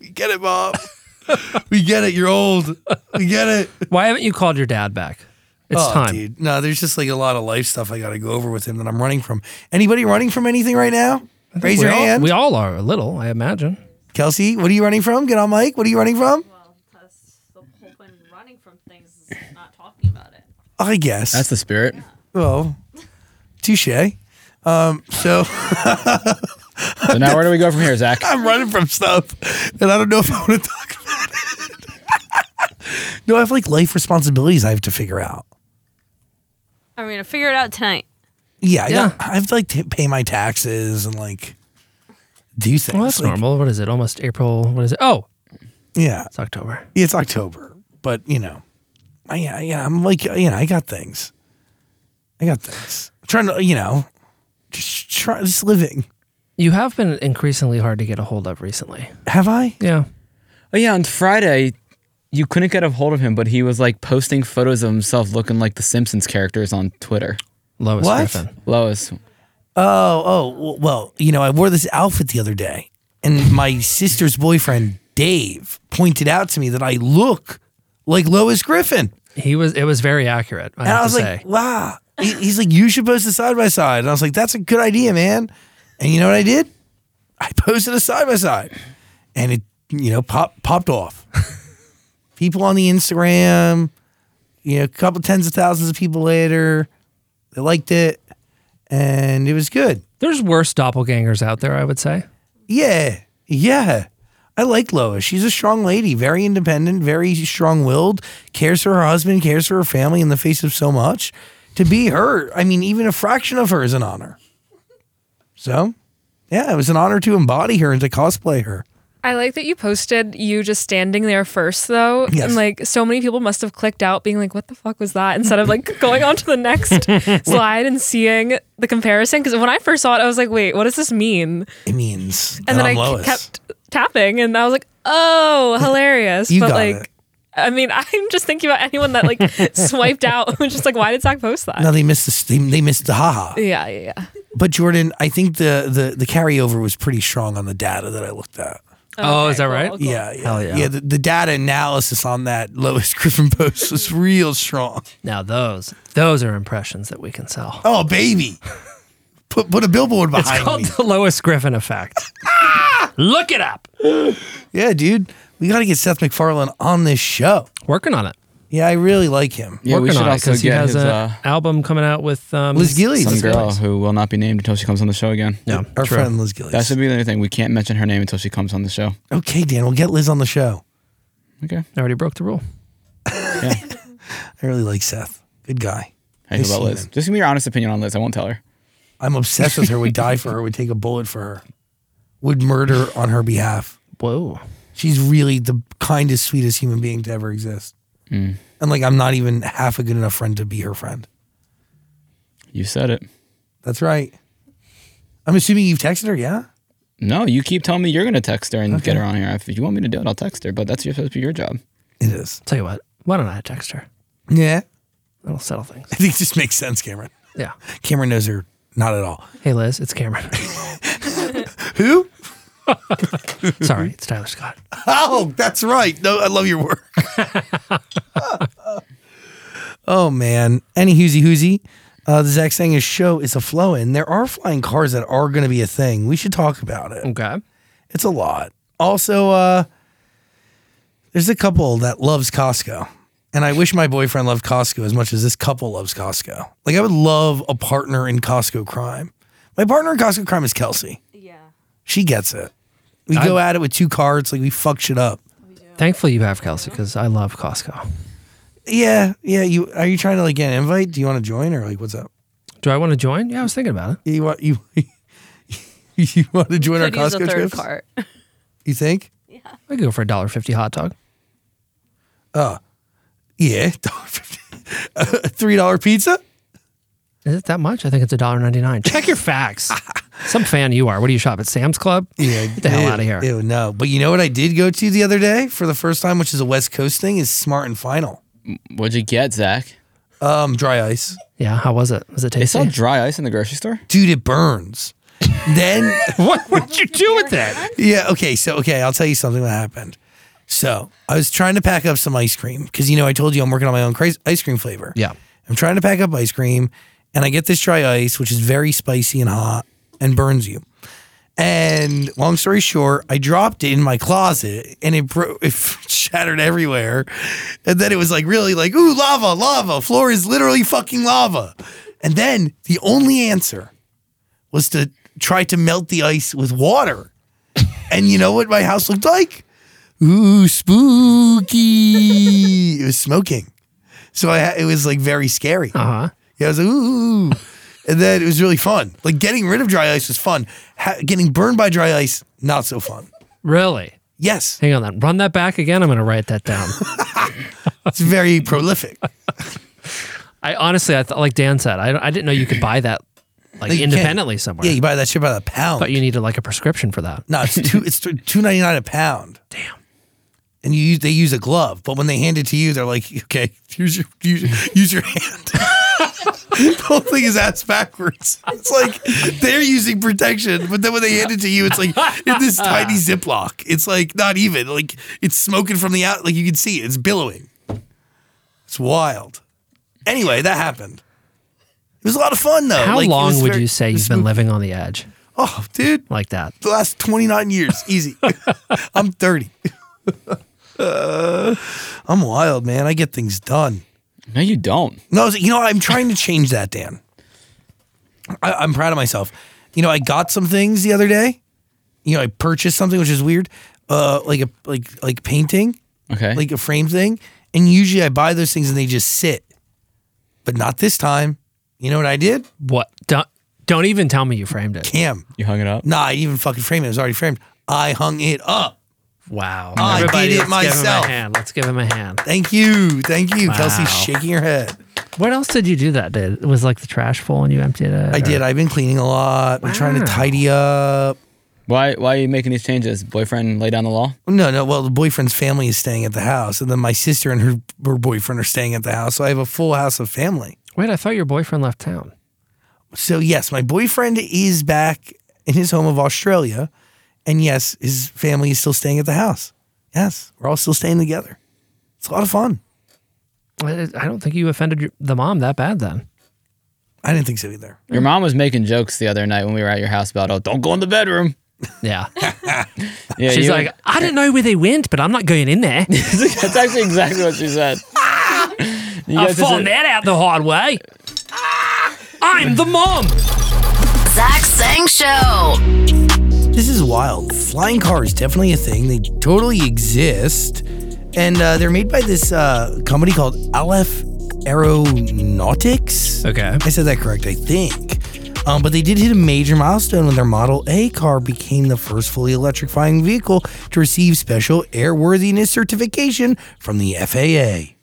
Speaker 1: We get it, mom. we get it. You're old. We get it.
Speaker 4: Why haven't you called your dad back? It's
Speaker 1: Oh,
Speaker 4: time.
Speaker 1: dude. No, there's just like a lot of life stuff I got to go over with him that I'm running from. Anybody running from anything right now? Raise
Speaker 4: we
Speaker 1: your
Speaker 4: all,
Speaker 1: hand.
Speaker 4: We all are a little, I imagine.
Speaker 1: Kelsey, what are you running from? Get on mic. What are you running from?
Speaker 5: The whole point of running from things is not talking about it.
Speaker 1: I guess.
Speaker 3: That's the spirit.
Speaker 1: Well, touche. Um, so
Speaker 3: So now where do we go from here, Zach?
Speaker 1: I'm running from stuff, and I don't know if I want to talk about it. no, I have like life responsibilities I have to figure out.
Speaker 5: I'm gonna figure it out tonight.
Speaker 1: Yeah, I,
Speaker 4: Yeah.
Speaker 1: got- I have to like t- pay my taxes and like do things.
Speaker 4: Well, that's
Speaker 1: Like,
Speaker 4: normal. What is it? Almost April. What is it? Oh,
Speaker 1: Yeah,
Speaker 4: it's October.
Speaker 1: it's October, but you know, I yeah, yeah, I'm like you know, I got things. I got things. I'm trying to you know, just try just living.
Speaker 4: You have been increasingly hard to get a hold of recently.
Speaker 1: Have I?
Speaker 4: Yeah.
Speaker 3: Oh yeah, on Friday, you couldn't get a hold of him, but he was like posting photos of himself looking like the Simpsons characters on Twitter.
Speaker 4: Lois
Speaker 1: What?
Speaker 4: Griffin.
Speaker 3: Lois,
Speaker 1: Oh, oh, w- well, you know, I wore this outfit the other day, and my sister's boyfriend Dave pointed out to me that I look like Lois Griffin,
Speaker 4: He was. It was very accurate. I
Speaker 1: and
Speaker 4: have
Speaker 1: I was
Speaker 4: to
Speaker 1: like,
Speaker 4: say.
Speaker 1: wow. He- He's like, you should post a side by side, and I was like, that's a good idea, man. And you know what I did? I posted a side by side, and it you know pop popped off. people on the Instagram, you know, a couple tens of thousands of people later, they liked it, and it was good.
Speaker 4: There's worse doppelgangers out there. I would say.
Speaker 1: Yeah, yeah. I like Lois. She's a strong lady, very independent, very strong willed, cares for her husband, cares for her family in the face of so much. To be her, I mean, even a fraction of her is an honor. So, yeah, it was an honor to embody her and to cosplay her.
Speaker 6: I like that you posted you just standing there first, though.
Speaker 1: Yes.
Speaker 6: And like so many people must have clicked out, being like, what the fuck was that? Instead of like going on to the next slide and seeing the comparison. Because when I first saw it, I was like, wait, what does this mean?
Speaker 1: It means that
Speaker 6: And then
Speaker 1: I'm
Speaker 6: I
Speaker 1: Lois.
Speaker 6: kept tapping and I was like, oh, hilarious.
Speaker 1: You
Speaker 6: but
Speaker 1: got
Speaker 6: like,
Speaker 1: it.
Speaker 6: I mean, I'm just thinking about anyone that like swiped out. I'm just like, why did Zach post that?
Speaker 1: no, they missed the they, they missed the haha.
Speaker 6: Yeah, yeah, yeah.
Speaker 1: But Jordan, I think the, the the carryover was pretty strong on the data that I looked at.
Speaker 4: Oh, is that right?
Speaker 1: Yeah, yeah,
Speaker 4: Hell yeah.
Speaker 1: yeah. The, the data analysis on that Lois Griffin post was real strong.
Speaker 4: Now those those are impressions that we can sell.
Speaker 1: Oh, baby. Put put a billboard
Speaker 4: It's
Speaker 1: behind
Speaker 4: called
Speaker 1: me.
Speaker 4: the Lois Griffin effect. Look it up.
Speaker 1: yeah, dude. We got to get Seth MacFarlane on this show.
Speaker 4: Working on it.
Speaker 1: Yeah, I really like him.
Speaker 3: yeah, we
Speaker 4: Working
Speaker 3: should
Speaker 4: on it
Speaker 3: also
Speaker 4: because he
Speaker 3: get
Speaker 4: has
Speaker 3: his
Speaker 4: an
Speaker 3: uh,
Speaker 4: album coming out with um,
Speaker 1: Liz Gillies.
Speaker 3: some
Speaker 1: Liz
Speaker 3: girl
Speaker 1: Gillies.
Speaker 3: who will not be named until she comes on the show again.
Speaker 4: No,
Speaker 1: Our
Speaker 4: true.
Speaker 1: friend Liz Gillies.
Speaker 3: That should be the only thing. We can't mention her name until she comes on the show.
Speaker 1: okay, Dan. We'll get Liz on the show.
Speaker 3: Okay.
Speaker 4: I already broke the rule.
Speaker 1: I really like Seth. Good guy.
Speaker 3: How you
Speaker 1: I
Speaker 3: feel about
Speaker 1: see
Speaker 3: Liz?
Speaker 1: that.
Speaker 3: Just give me your honest opinion on Liz. I won't tell her.
Speaker 1: I'm obsessed with her. Would die for her. Would take a bullet for her. Would murder on her behalf.
Speaker 4: Whoa.
Speaker 1: She's really the kindest, sweetest human being to ever exist.
Speaker 4: Mm.
Speaker 1: And like, I'm not even half a good enough friend to be her friend.
Speaker 3: You said it.
Speaker 1: That's right. I'm assuming you've texted her. Yeah.
Speaker 3: No, you keep telling me you're going to text her and get her on here. If you want me to do it, I'll text her. But that's your- supposed to be your job.
Speaker 1: It is.
Speaker 4: Tell you what. Why don't I text her?
Speaker 1: Yeah.
Speaker 4: That'll settle things.
Speaker 1: I think it just makes sense, Cameron.
Speaker 4: Yeah.
Speaker 1: Cameron knows her not at all.
Speaker 4: Hey Liz, it's Cameron.
Speaker 1: Who?
Speaker 4: Sorry, it's Tyler Scott.
Speaker 1: Oh, that's right. No, I love your work. oh man. Any hoozy hoozy. Uh, the Zach Sanger show is a flow in. There are flying cars that are going to be a thing. We should talk about it.
Speaker 4: Okay.
Speaker 1: It's a lot. Also, uh, there's a couple that loves Costco. And I wish my boyfriend loved Costco as much as this couple loves Costco. Like, I would love a partner in Costco crime. My partner in Costco crime is Kelsey.
Speaker 5: Yeah.
Speaker 1: She gets it. We go at it with two cards, like we fuck shit up.
Speaker 4: Thankfully you have Kelsey because I love Costco.
Speaker 1: Yeah, yeah. You are you trying to like get an invite? Do you want to join or like what's up?
Speaker 4: Do I want to join? Yeah, I was thinking about it.
Speaker 1: You want you you want to join our
Speaker 5: Could use a
Speaker 1: Costco
Speaker 5: third
Speaker 1: trips?
Speaker 5: part.
Speaker 1: You think?
Speaker 4: I could go for a dollar fifty hot dog.
Speaker 1: Yeah, $1.50. three dollar pizza.
Speaker 4: Is it that much? I think it's a dollar ninety nine. Check your facts. Some fan you are. What do you shop at Sam's Club?
Speaker 1: Yeah,
Speaker 4: Get the hell
Speaker 1: ew,
Speaker 4: out of here.
Speaker 1: Ew, no. But you know what I did go to the other day for the first time, which is a West Coast thing, is Smart and Final.
Speaker 3: What'd you get, Zach?
Speaker 1: Um, dry ice,
Speaker 4: Yeah, how was it? Was it
Speaker 3: They
Speaker 4: tasty?
Speaker 3: sell dry ice in the grocery store?
Speaker 1: dude. It burns. then
Speaker 4: what would you do with that?
Speaker 1: yeah, okay. So okay, I'll tell you something that happened. So I was trying to pack up some ice cream because you know I told you I'm working on my own cra- ice cream flavor.
Speaker 4: Yeah.
Speaker 1: I'm trying to pack up ice cream, and I get this dry ice, which is very spicy and hot and burns you. And long story short, I dropped it in my closet, and it bro- it shattered everywhere. And then it was like really like ooh lava, lava. Floor is literally fucking lava. And then the only answer was to try to melt the ice with water. And you know what my house looked like? Ooh, spooky. it was smoking. So I, it was like very scary.
Speaker 4: Uh huh.
Speaker 1: Yeah, I was like, ooh. And then it was really fun. Like getting rid of dry ice was fun. Ha- getting burned by dry ice, not so fun.
Speaker 4: Really?
Speaker 1: Yes,
Speaker 4: Hang on, then. Run that back again. I'm going to write that down.
Speaker 1: it's very prolific.
Speaker 4: I honestly, I thought, like Dan said, I, don't- I didn't know you could buy that like
Speaker 1: No, you can't.
Speaker 4: independently somewhere.
Speaker 1: Yeah, you buy that shit by the pound.
Speaker 4: but you needed like a prescription for that.
Speaker 1: No, it's two. It's two ninety nine a pound. Damn. And you use, they use a glove, but when they hand it to you, they're like, "Okay, use your use, your- use your hand." the whole thing is ass backwards. It's like they're using protection, but then when they hand it to you, it's like in this tiny ziploc. It's like not even like it's smoking from the out. Like you can see it. it's billowing. It's wild. Anyway, that happened. It was a lot of fun though.
Speaker 4: How
Speaker 1: Oh, Like, it was
Speaker 4: long would
Speaker 1: very-
Speaker 4: you say you've been living on the edge
Speaker 1: Oh, dude
Speaker 4: like that?
Speaker 1: the last 29 years easy i'm 30 i'm wild man i get things done
Speaker 3: No, you don't.
Speaker 1: no I was- you know i'm trying to change that dan I, i'm proud of myself you know i got some things the other day you know i purchased something which is weird uh like a like like painting
Speaker 3: Okay.
Speaker 1: like a frame thing and usually i buy those things and they just sit but not this time you know what i did
Speaker 4: What? Don't don't even tell me you framed it.
Speaker 1: cam
Speaker 3: you hung it up.
Speaker 1: nah i didn't even fucking frame it it was already framed i hung it up
Speaker 4: Wow.
Speaker 1: I did it
Speaker 4: let's
Speaker 1: myself.
Speaker 4: Give him a hand. Let's give him a hand.
Speaker 1: Thank you. Thank you. Kelsey's
Speaker 4: Wow.
Speaker 1: shaking her head.
Speaker 4: What else did you do that day? It was like the trash full and you emptied it?
Speaker 1: I
Speaker 4: or-
Speaker 1: did. I've been cleaning a lot. I'm trying to
Speaker 4: Wow.
Speaker 1: tidy up.
Speaker 3: Why why are you making these changes? Boyfriend lay down the law?
Speaker 1: No, no. Well, the boyfriend's family is staying at the house, and then my sister and her, her boyfriend are staying at the house. So I have a full house of family.
Speaker 4: Wait, I thought your boyfriend left town.
Speaker 1: So, yes, my boyfriend is back in his home of Australia. And yes, his family is still staying at the house. Yes, we're all still staying together. It's a lot of fun.
Speaker 4: I I don't think you offended your, the mom that bad then.
Speaker 1: I didn't think so either.
Speaker 3: Your mom was making jokes the other night when we were at your house about oh don't go in the bedroom.
Speaker 4: Yeah.
Speaker 3: Yeah,
Speaker 4: She's
Speaker 3: you-
Speaker 4: like, I don't know where they went, but I'm not going in there.
Speaker 3: that's actually exactly what she said. You
Speaker 4: I
Speaker 3: guys
Speaker 4: found
Speaker 3: just-
Speaker 4: that out the hard way.
Speaker 1: Ah!
Speaker 4: I'm the mom.
Speaker 2: Zach Sang Show.
Speaker 1: This is wild. Flying cars definitely a thing. They totally exist, and uh, they're made by this uh, company called Aleph Aeronautics.
Speaker 4: Okay.
Speaker 1: I said that correct, I think. Um, but they did hit a major milestone when their Model A car became the first fully electrifying vehicle to receive special airworthiness certification from the FAA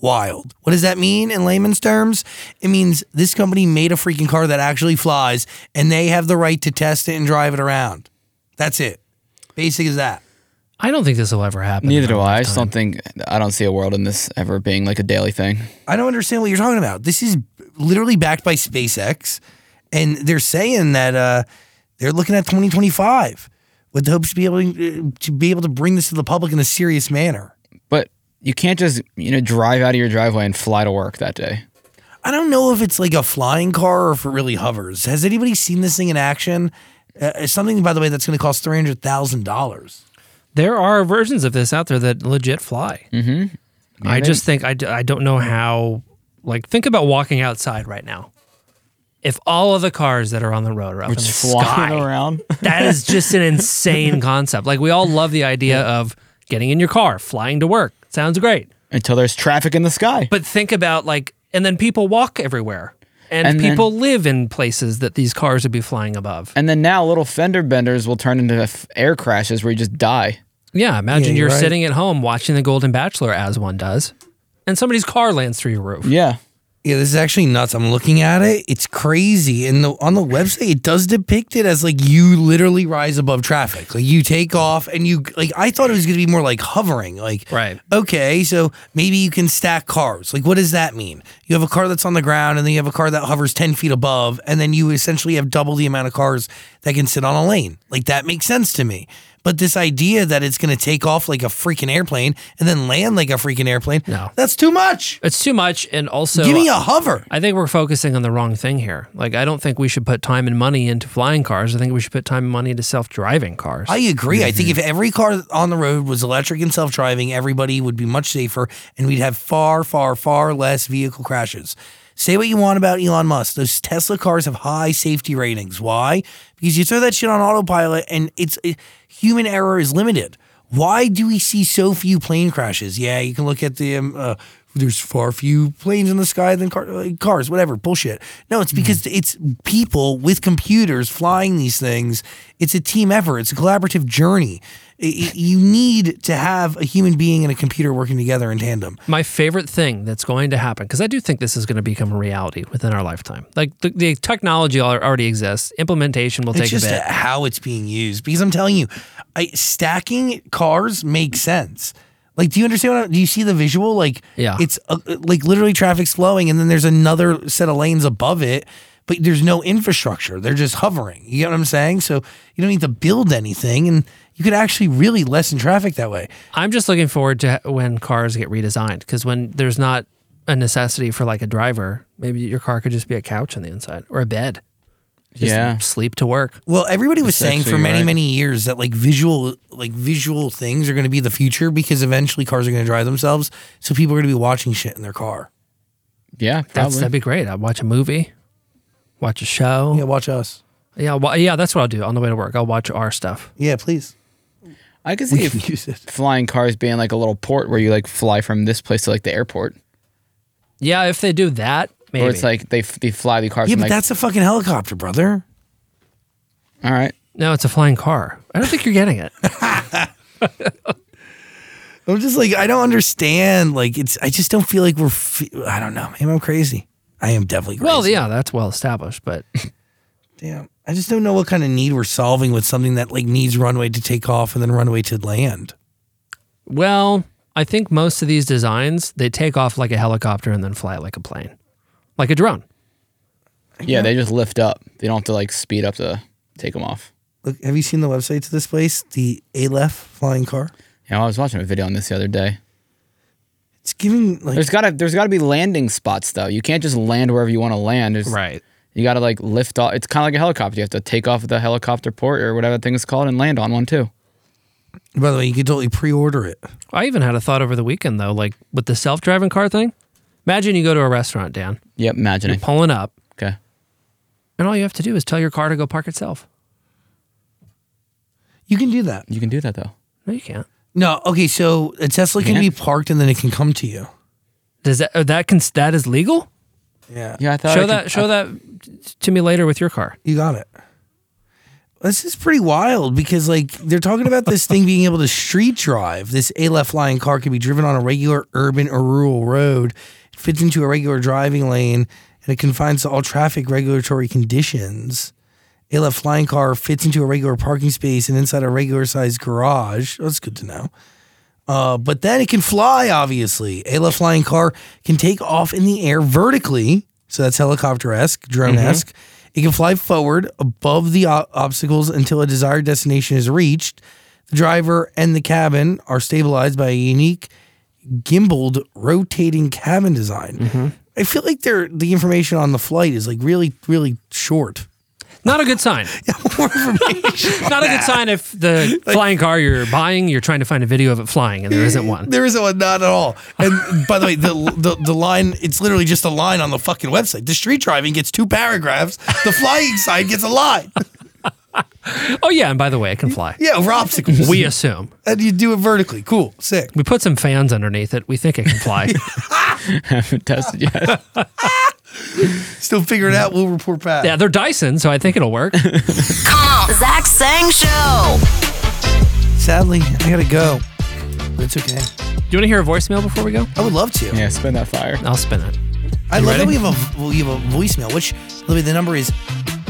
Speaker 1: wild. What does that mean in layman's terms? It means this company made a freaking car that actually flies and they have the right to test it and drive it around. That's it. Basic as that.
Speaker 4: I don't think this will ever happen.
Speaker 3: Neither do I. I just don't think I don't see a world in this ever being like a daily thing.
Speaker 1: I don't understand what you're talking about. This is literally backed by SpaceX, and they're saying that uh, they're looking at 2025 with the hopes to be able to, uh, to be able to bring this to the public in a serious manner.
Speaker 3: But you can't just, you know, drive out of your driveway and fly to work that day.
Speaker 1: I don't know if it's like a flying car or if it really hovers. Has anybody seen this thing in action? Uh, it's something, by the way, that's going to cost three hundred thousand dollars.
Speaker 4: There are versions of this out there that legit fly. Mm-hmm. I just think I, d- I don't know how. Like, think about walking outside right now. If all of the cars that are on the road are up in the
Speaker 3: Just flying
Speaker 4: sky,
Speaker 3: around.
Speaker 4: that is just an insane concept. Like, we all love the idea of getting in your car, flying to work. Sounds great.
Speaker 3: Until there's traffic in the sky.
Speaker 4: But think about like, and then people walk everywhere, and,
Speaker 3: And then-
Speaker 4: people live in places that these cars would be flying above.
Speaker 3: And then now little fender benders will turn into f- air crashes where you just die.
Speaker 4: Yeah, imagine
Speaker 1: you're
Speaker 4: you're
Speaker 1: right.
Speaker 4: sitting at home watching The Golden Bachelor as one does, and somebody's car lands through your roof.
Speaker 3: Yeah.
Speaker 1: Yeah, this is actually nuts. I'm looking at it. It's crazy. And the, on the website, it does depict it as like you literally rise above traffic. Like you take off and you, like, I thought it was going to be more like hovering. Like,
Speaker 4: Right.
Speaker 1: okay, so maybe you can stack cars. Like, what does that mean? You have a car that's on the ground and then you have a car that hovers 10 feet above, and then you essentially have double the amount of cars that can sit on a lane. Like, that makes sense to me. But this idea that it's going to take off like a freaking airplane and then land like a freaking airplane,
Speaker 4: No.
Speaker 1: that's too much.
Speaker 4: It's too much, and also uh,
Speaker 1: Give me a hover.
Speaker 4: I think we're focusing on the wrong thing here. Like, I don't think we should put time and money into flying cars. I think we should put time and money into self-driving cars.
Speaker 1: I agree. I think if every car on the road was electric and self driving, everybody would be much safer and we'd have far, far, far less vehicle crashes. Say what you want about Elon Musk. Those Tesla cars have high safety ratings. Why? Because you throw that shit on autopilot and it's it, human error is limited. Why do we see so few plane crashes? Yeah, you can look at the um, uh, there's far few planes in the sky than car- uh, cars, whatever bullshit. No, it's because it's people with computers flying these things. It's a team effort. It's a collaborative journey. I- I- you need to have a human being and a computer working together in tandem.
Speaker 4: My favorite thing that's going to happen, because I do think this is going to become a reality within our lifetime. Like the, the technology al- already exists, implementation will
Speaker 1: It's
Speaker 4: take a
Speaker 1: just
Speaker 4: bit.
Speaker 1: how it's being used. Because I'm telling you, I, stacking cars makes sense. Like, do you understand? What I, do you see the visual? Like,
Speaker 4: Yeah.
Speaker 1: it's uh, like literally traffic's flowing, and then there's another set of lanes above it, but there's no infrastructure. They're just hovering. You get what I'm saying? So you don't need to build anything, and you could actually really lessen traffic that way.
Speaker 4: I'm just looking forward to when cars get redesigned, because when there's not a necessity for like a driver, maybe your car could just be a couch on the inside or a bed. Just
Speaker 3: Yeah.
Speaker 4: Sleep to work.
Speaker 1: Well, everybody was saying for
Speaker 3: actually
Speaker 1: many,
Speaker 3: right.
Speaker 1: many years that like visual, like visual things are going to be the future because eventually cars are going to drive themselves. So people are going to be watching shit in their car.
Speaker 3: Yeah,
Speaker 4: That's,
Speaker 3: probably.
Speaker 4: that'd be great. I'd watch a movie, watch a show.
Speaker 1: Yeah, watch us.
Speaker 4: Yeah, well, yeah, that's what I'll do on the way to work. I'll watch our stuff.
Speaker 1: Yeah, please.
Speaker 3: I could see
Speaker 1: can
Speaker 3: if
Speaker 1: use it.
Speaker 3: flying cars being like a little port where you like fly from this place to like the airport,
Speaker 4: Yeah, if they do that, maybe.
Speaker 3: or it's like they f- they fly the cars.
Speaker 1: Yeah,
Speaker 3: from,
Speaker 1: but
Speaker 3: like,
Speaker 1: that's a fucking helicopter, brother.
Speaker 3: all right.
Speaker 4: no, it's a flying car. I don't think you're getting it.
Speaker 1: I'm just like I don't understand. Like it's I just don't feel like we're. Fe- I don't know. Maybe I'm crazy. I am definitely crazy.
Speaker 4: well, yeah, that's well established, but
Speaker 1: Damn. I just don't know what kind of need we're solving with something that like needs runway to take off and then runway to land.
Speaker 4: well, I think most of these designs they take off like a helicopter and then fly like a plane, like a drone.
Speaker 3: Yeah, they just lift up. They don't have to like speed up to take them off.
Speaker 1: Look, have you seen the website to this place? The Aleph flying car.
Speaker 3: You know, I was watching a video on this the other day.
Speaker 1: It's giving like
Speaker 3: There's gotta there's gotta be landing spots though. You can't just land wherever you want to land. There's, You gotta like lift off. It's kind of like a helicopter. You have to take off at the helicopter port or whatever that thing is called and land on one too.
Speaker 1: By the way, you can totally pre-order it.
Speaker 4: I even had a thought over the weekend though, like with the self-driving car thing. Imagine you go to a restaurant, Dan,
Speaker 3: Yep, imagining.
Speaker 4: pulling up,
Speaker 3: Okay.
Speaker 4: and all you have to do is tell your car to go park itself.
Speaker 1: You can do that.
Speaker 3: You can do that though.
Speaker 4: No, you can't.
Speaker 1: No, okay. So a Tesla can be parked and then it can come to you.
Speaker 4: Does that oh, that can that is legal?
Speaker 1: Yeah.
Speaker 3: Yeah, I thought. I
Speaker 4: show
Speaker 3: could-
Speaker 4: that show that to me later with your car.
Speaker 1: You got it. This is pretty wild because like they're talking about this thing being able to street drive. This Aleph flying car can be driven on a regular urban or rural road. It fits into a regular driving lane and it confines to all traffic regulatory conditions. Aleph flying car fits into a regular parking space and inside a regular sized garage. That's good to know. Uh, but then it can fly, obviously. Ayla flying car can take off in the air vertically. So that's helicopter esque, drone esque. It can fly forward above the o- obstacles until a desired destination is reached. The driver and the cabin are stabilized by a unique gimbaled rotating cabin design. I feel like they're, the information on the flight is like really, really short.
Speaker 4: Not a good sign.
Speaker 1: More information.
Speaker 4: Not a good sign if the flying car you're buying, you're trying to find a video of it flying and there isn't one.
Speaker 1: There isn't one, not at all. And by the way, the, the the line it's literally just a line on the fucking website. The street driving gets two paragraphs. The flying side gets a line.
Speaker 4: Oh yeah, and by the way, it can fly.
Speaker 1: Yeah, over obstacles.
Speaker 4: We assume.
Speaker 1: and you do it vertically. Cool, sick.
Speaker 4: We put some fans underneath it. We think it can fly.
Speaker 3: haven't tested yet.
Speaker 1: Still figure it out. We'll report back.
Speaker 4: yeah, they're Dyson, so I think it'll work.
Speaker 2: Zach Sang Show.
Speaker 1: Sadly, I gotta go. But it's okay.
Speaker 4: Do you want to hear a voicemail before we go?
Speaker 1: I would love to.
Speaker 3: yeah, spin that fire.
Speaker 4: I'll spin it.
Speaker 1: I love that we have a well, you have a voicemail. Which by the way, the number is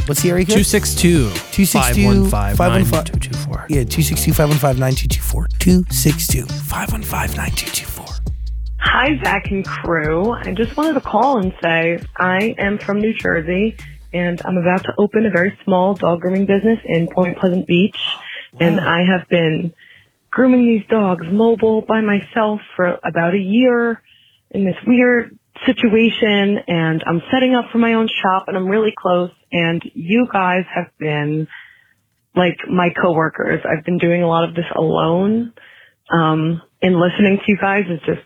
Speaker 1: what's the area code?
Speaker 4: 262
Speaker 1: 262
Speaker 4: 515
Speaker 1: Yeah, 262 515 9224. 262 515 9224.
Speaker 8: Hi, Zach and crew. I just wanted to call and say I am from New Jersey and I'm about to open a very small dog grooming business in Point Pleasant Beach. And I have been grooming these dogs mobile by myself for about a year in this weird situation. And I'm setting up for my own shop and I'm really close. And you guys have been like my coworkers. I've been doing a lot of this alone. Um, and listening to you guys is just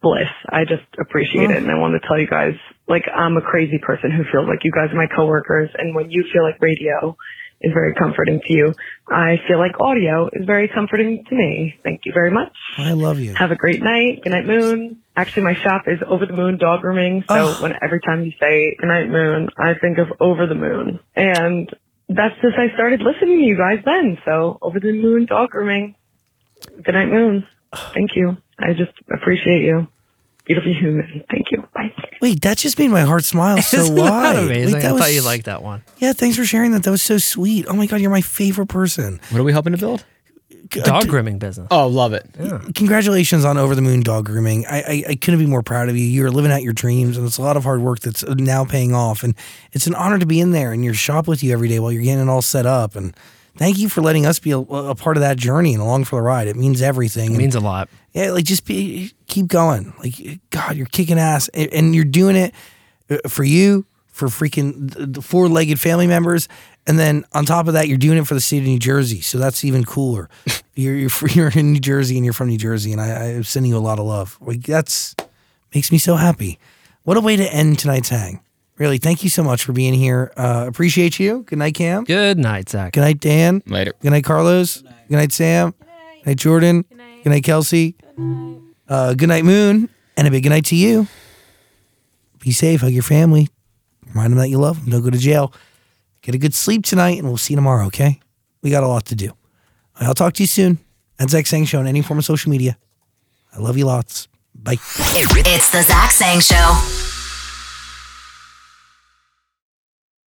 Speaker 8: bliss. I just appreciate it. And I want to tell you guys, like, I'm a crazy person who feels like you guys are my coworkers. And when you feel like radio is very comforting to you. I feel like audio is very comforting to me. Thank you very much.
Speaker 1: I love you.
Speaker 8: Have a great night. Good night, Moon. Actually, my shop is Over the Moon Dog Grooming. So
Speaker 1: Ugh.
Speaker 8: when every time you say Good night, Moon, I think of Over the Moon, and that's since I started listening to you guys then. So Over the Moon Dog Grooming. Good night, Moon. Thank you. I just appreciate you. Beautiful human. Thank you. Bye.
Speaker 1: Wait, that just made my heart smile so
Speaker 4: Isn't
Speaker 1: wide.
Speaker 4: that
Speaker 1: Like,
Speaker 4: amazing? I
Speaker 1: was-
Speaker 4: thought you liked that one.
Speaker 1: Yeah, thanks for sharing that. That was so sweet. Oh my god, you're my favorite person.
Speaker 3: What are we helping to build?
Speaker 1: C-
Speaker 4: Dog
Speaker 1: d-
Speaker 4: grooming business.
Speaker 3: Oh, love it.
Speaker 1: Congratulations on Over the Moon Dog Grooming. I, I I couldn't be more proud of you. You're living out your dreams, and it's a lot of hard work that's uh, now paying off. And it's an honor to be in there and your shop with you every day while you're getting it all set up. And thank you for letting us be a, a part of that journey and along for the ride. It means everything.
Speaker 4: It means a lot.
Speaker 1: Yeah, like just be keep going. Like God, you're kicking ass, and, and you're doing it uh, for you, for freaking th- the four-legged family members, and then on top of that, you're doing it for the state of New Jersey. So that's even cooler. you're you're, fr- you're in New Jersey, and you're from New Jersey, and I, I'm sending you a lot of love. Like that's makes me so happy. What a way to end tonight's hang. Really, thank you so much for being here. Uh, appreciate you. Good night, Cam.
Speaker 4: Good night, Zach.
Speaker 1: Good night, Dan.
Speaker 3: Later.
Speaker 1: Good night, Carlos. Good night, Sam. Good night, Jordan. Good night, Kelsey. Good night. Uh, good night, Moon. And a big good night to you. Be safe. Hug your family. Remind them that you love them. Don't go to jail. Get a good sleep tonight, and we'll see you tomorrow, okay? We got a lot to do. I'll talk to you soon. At Zach Sang Show on any form of social media. I love you lots. Bye.
Speaker 2: It's the Zach Sang Show.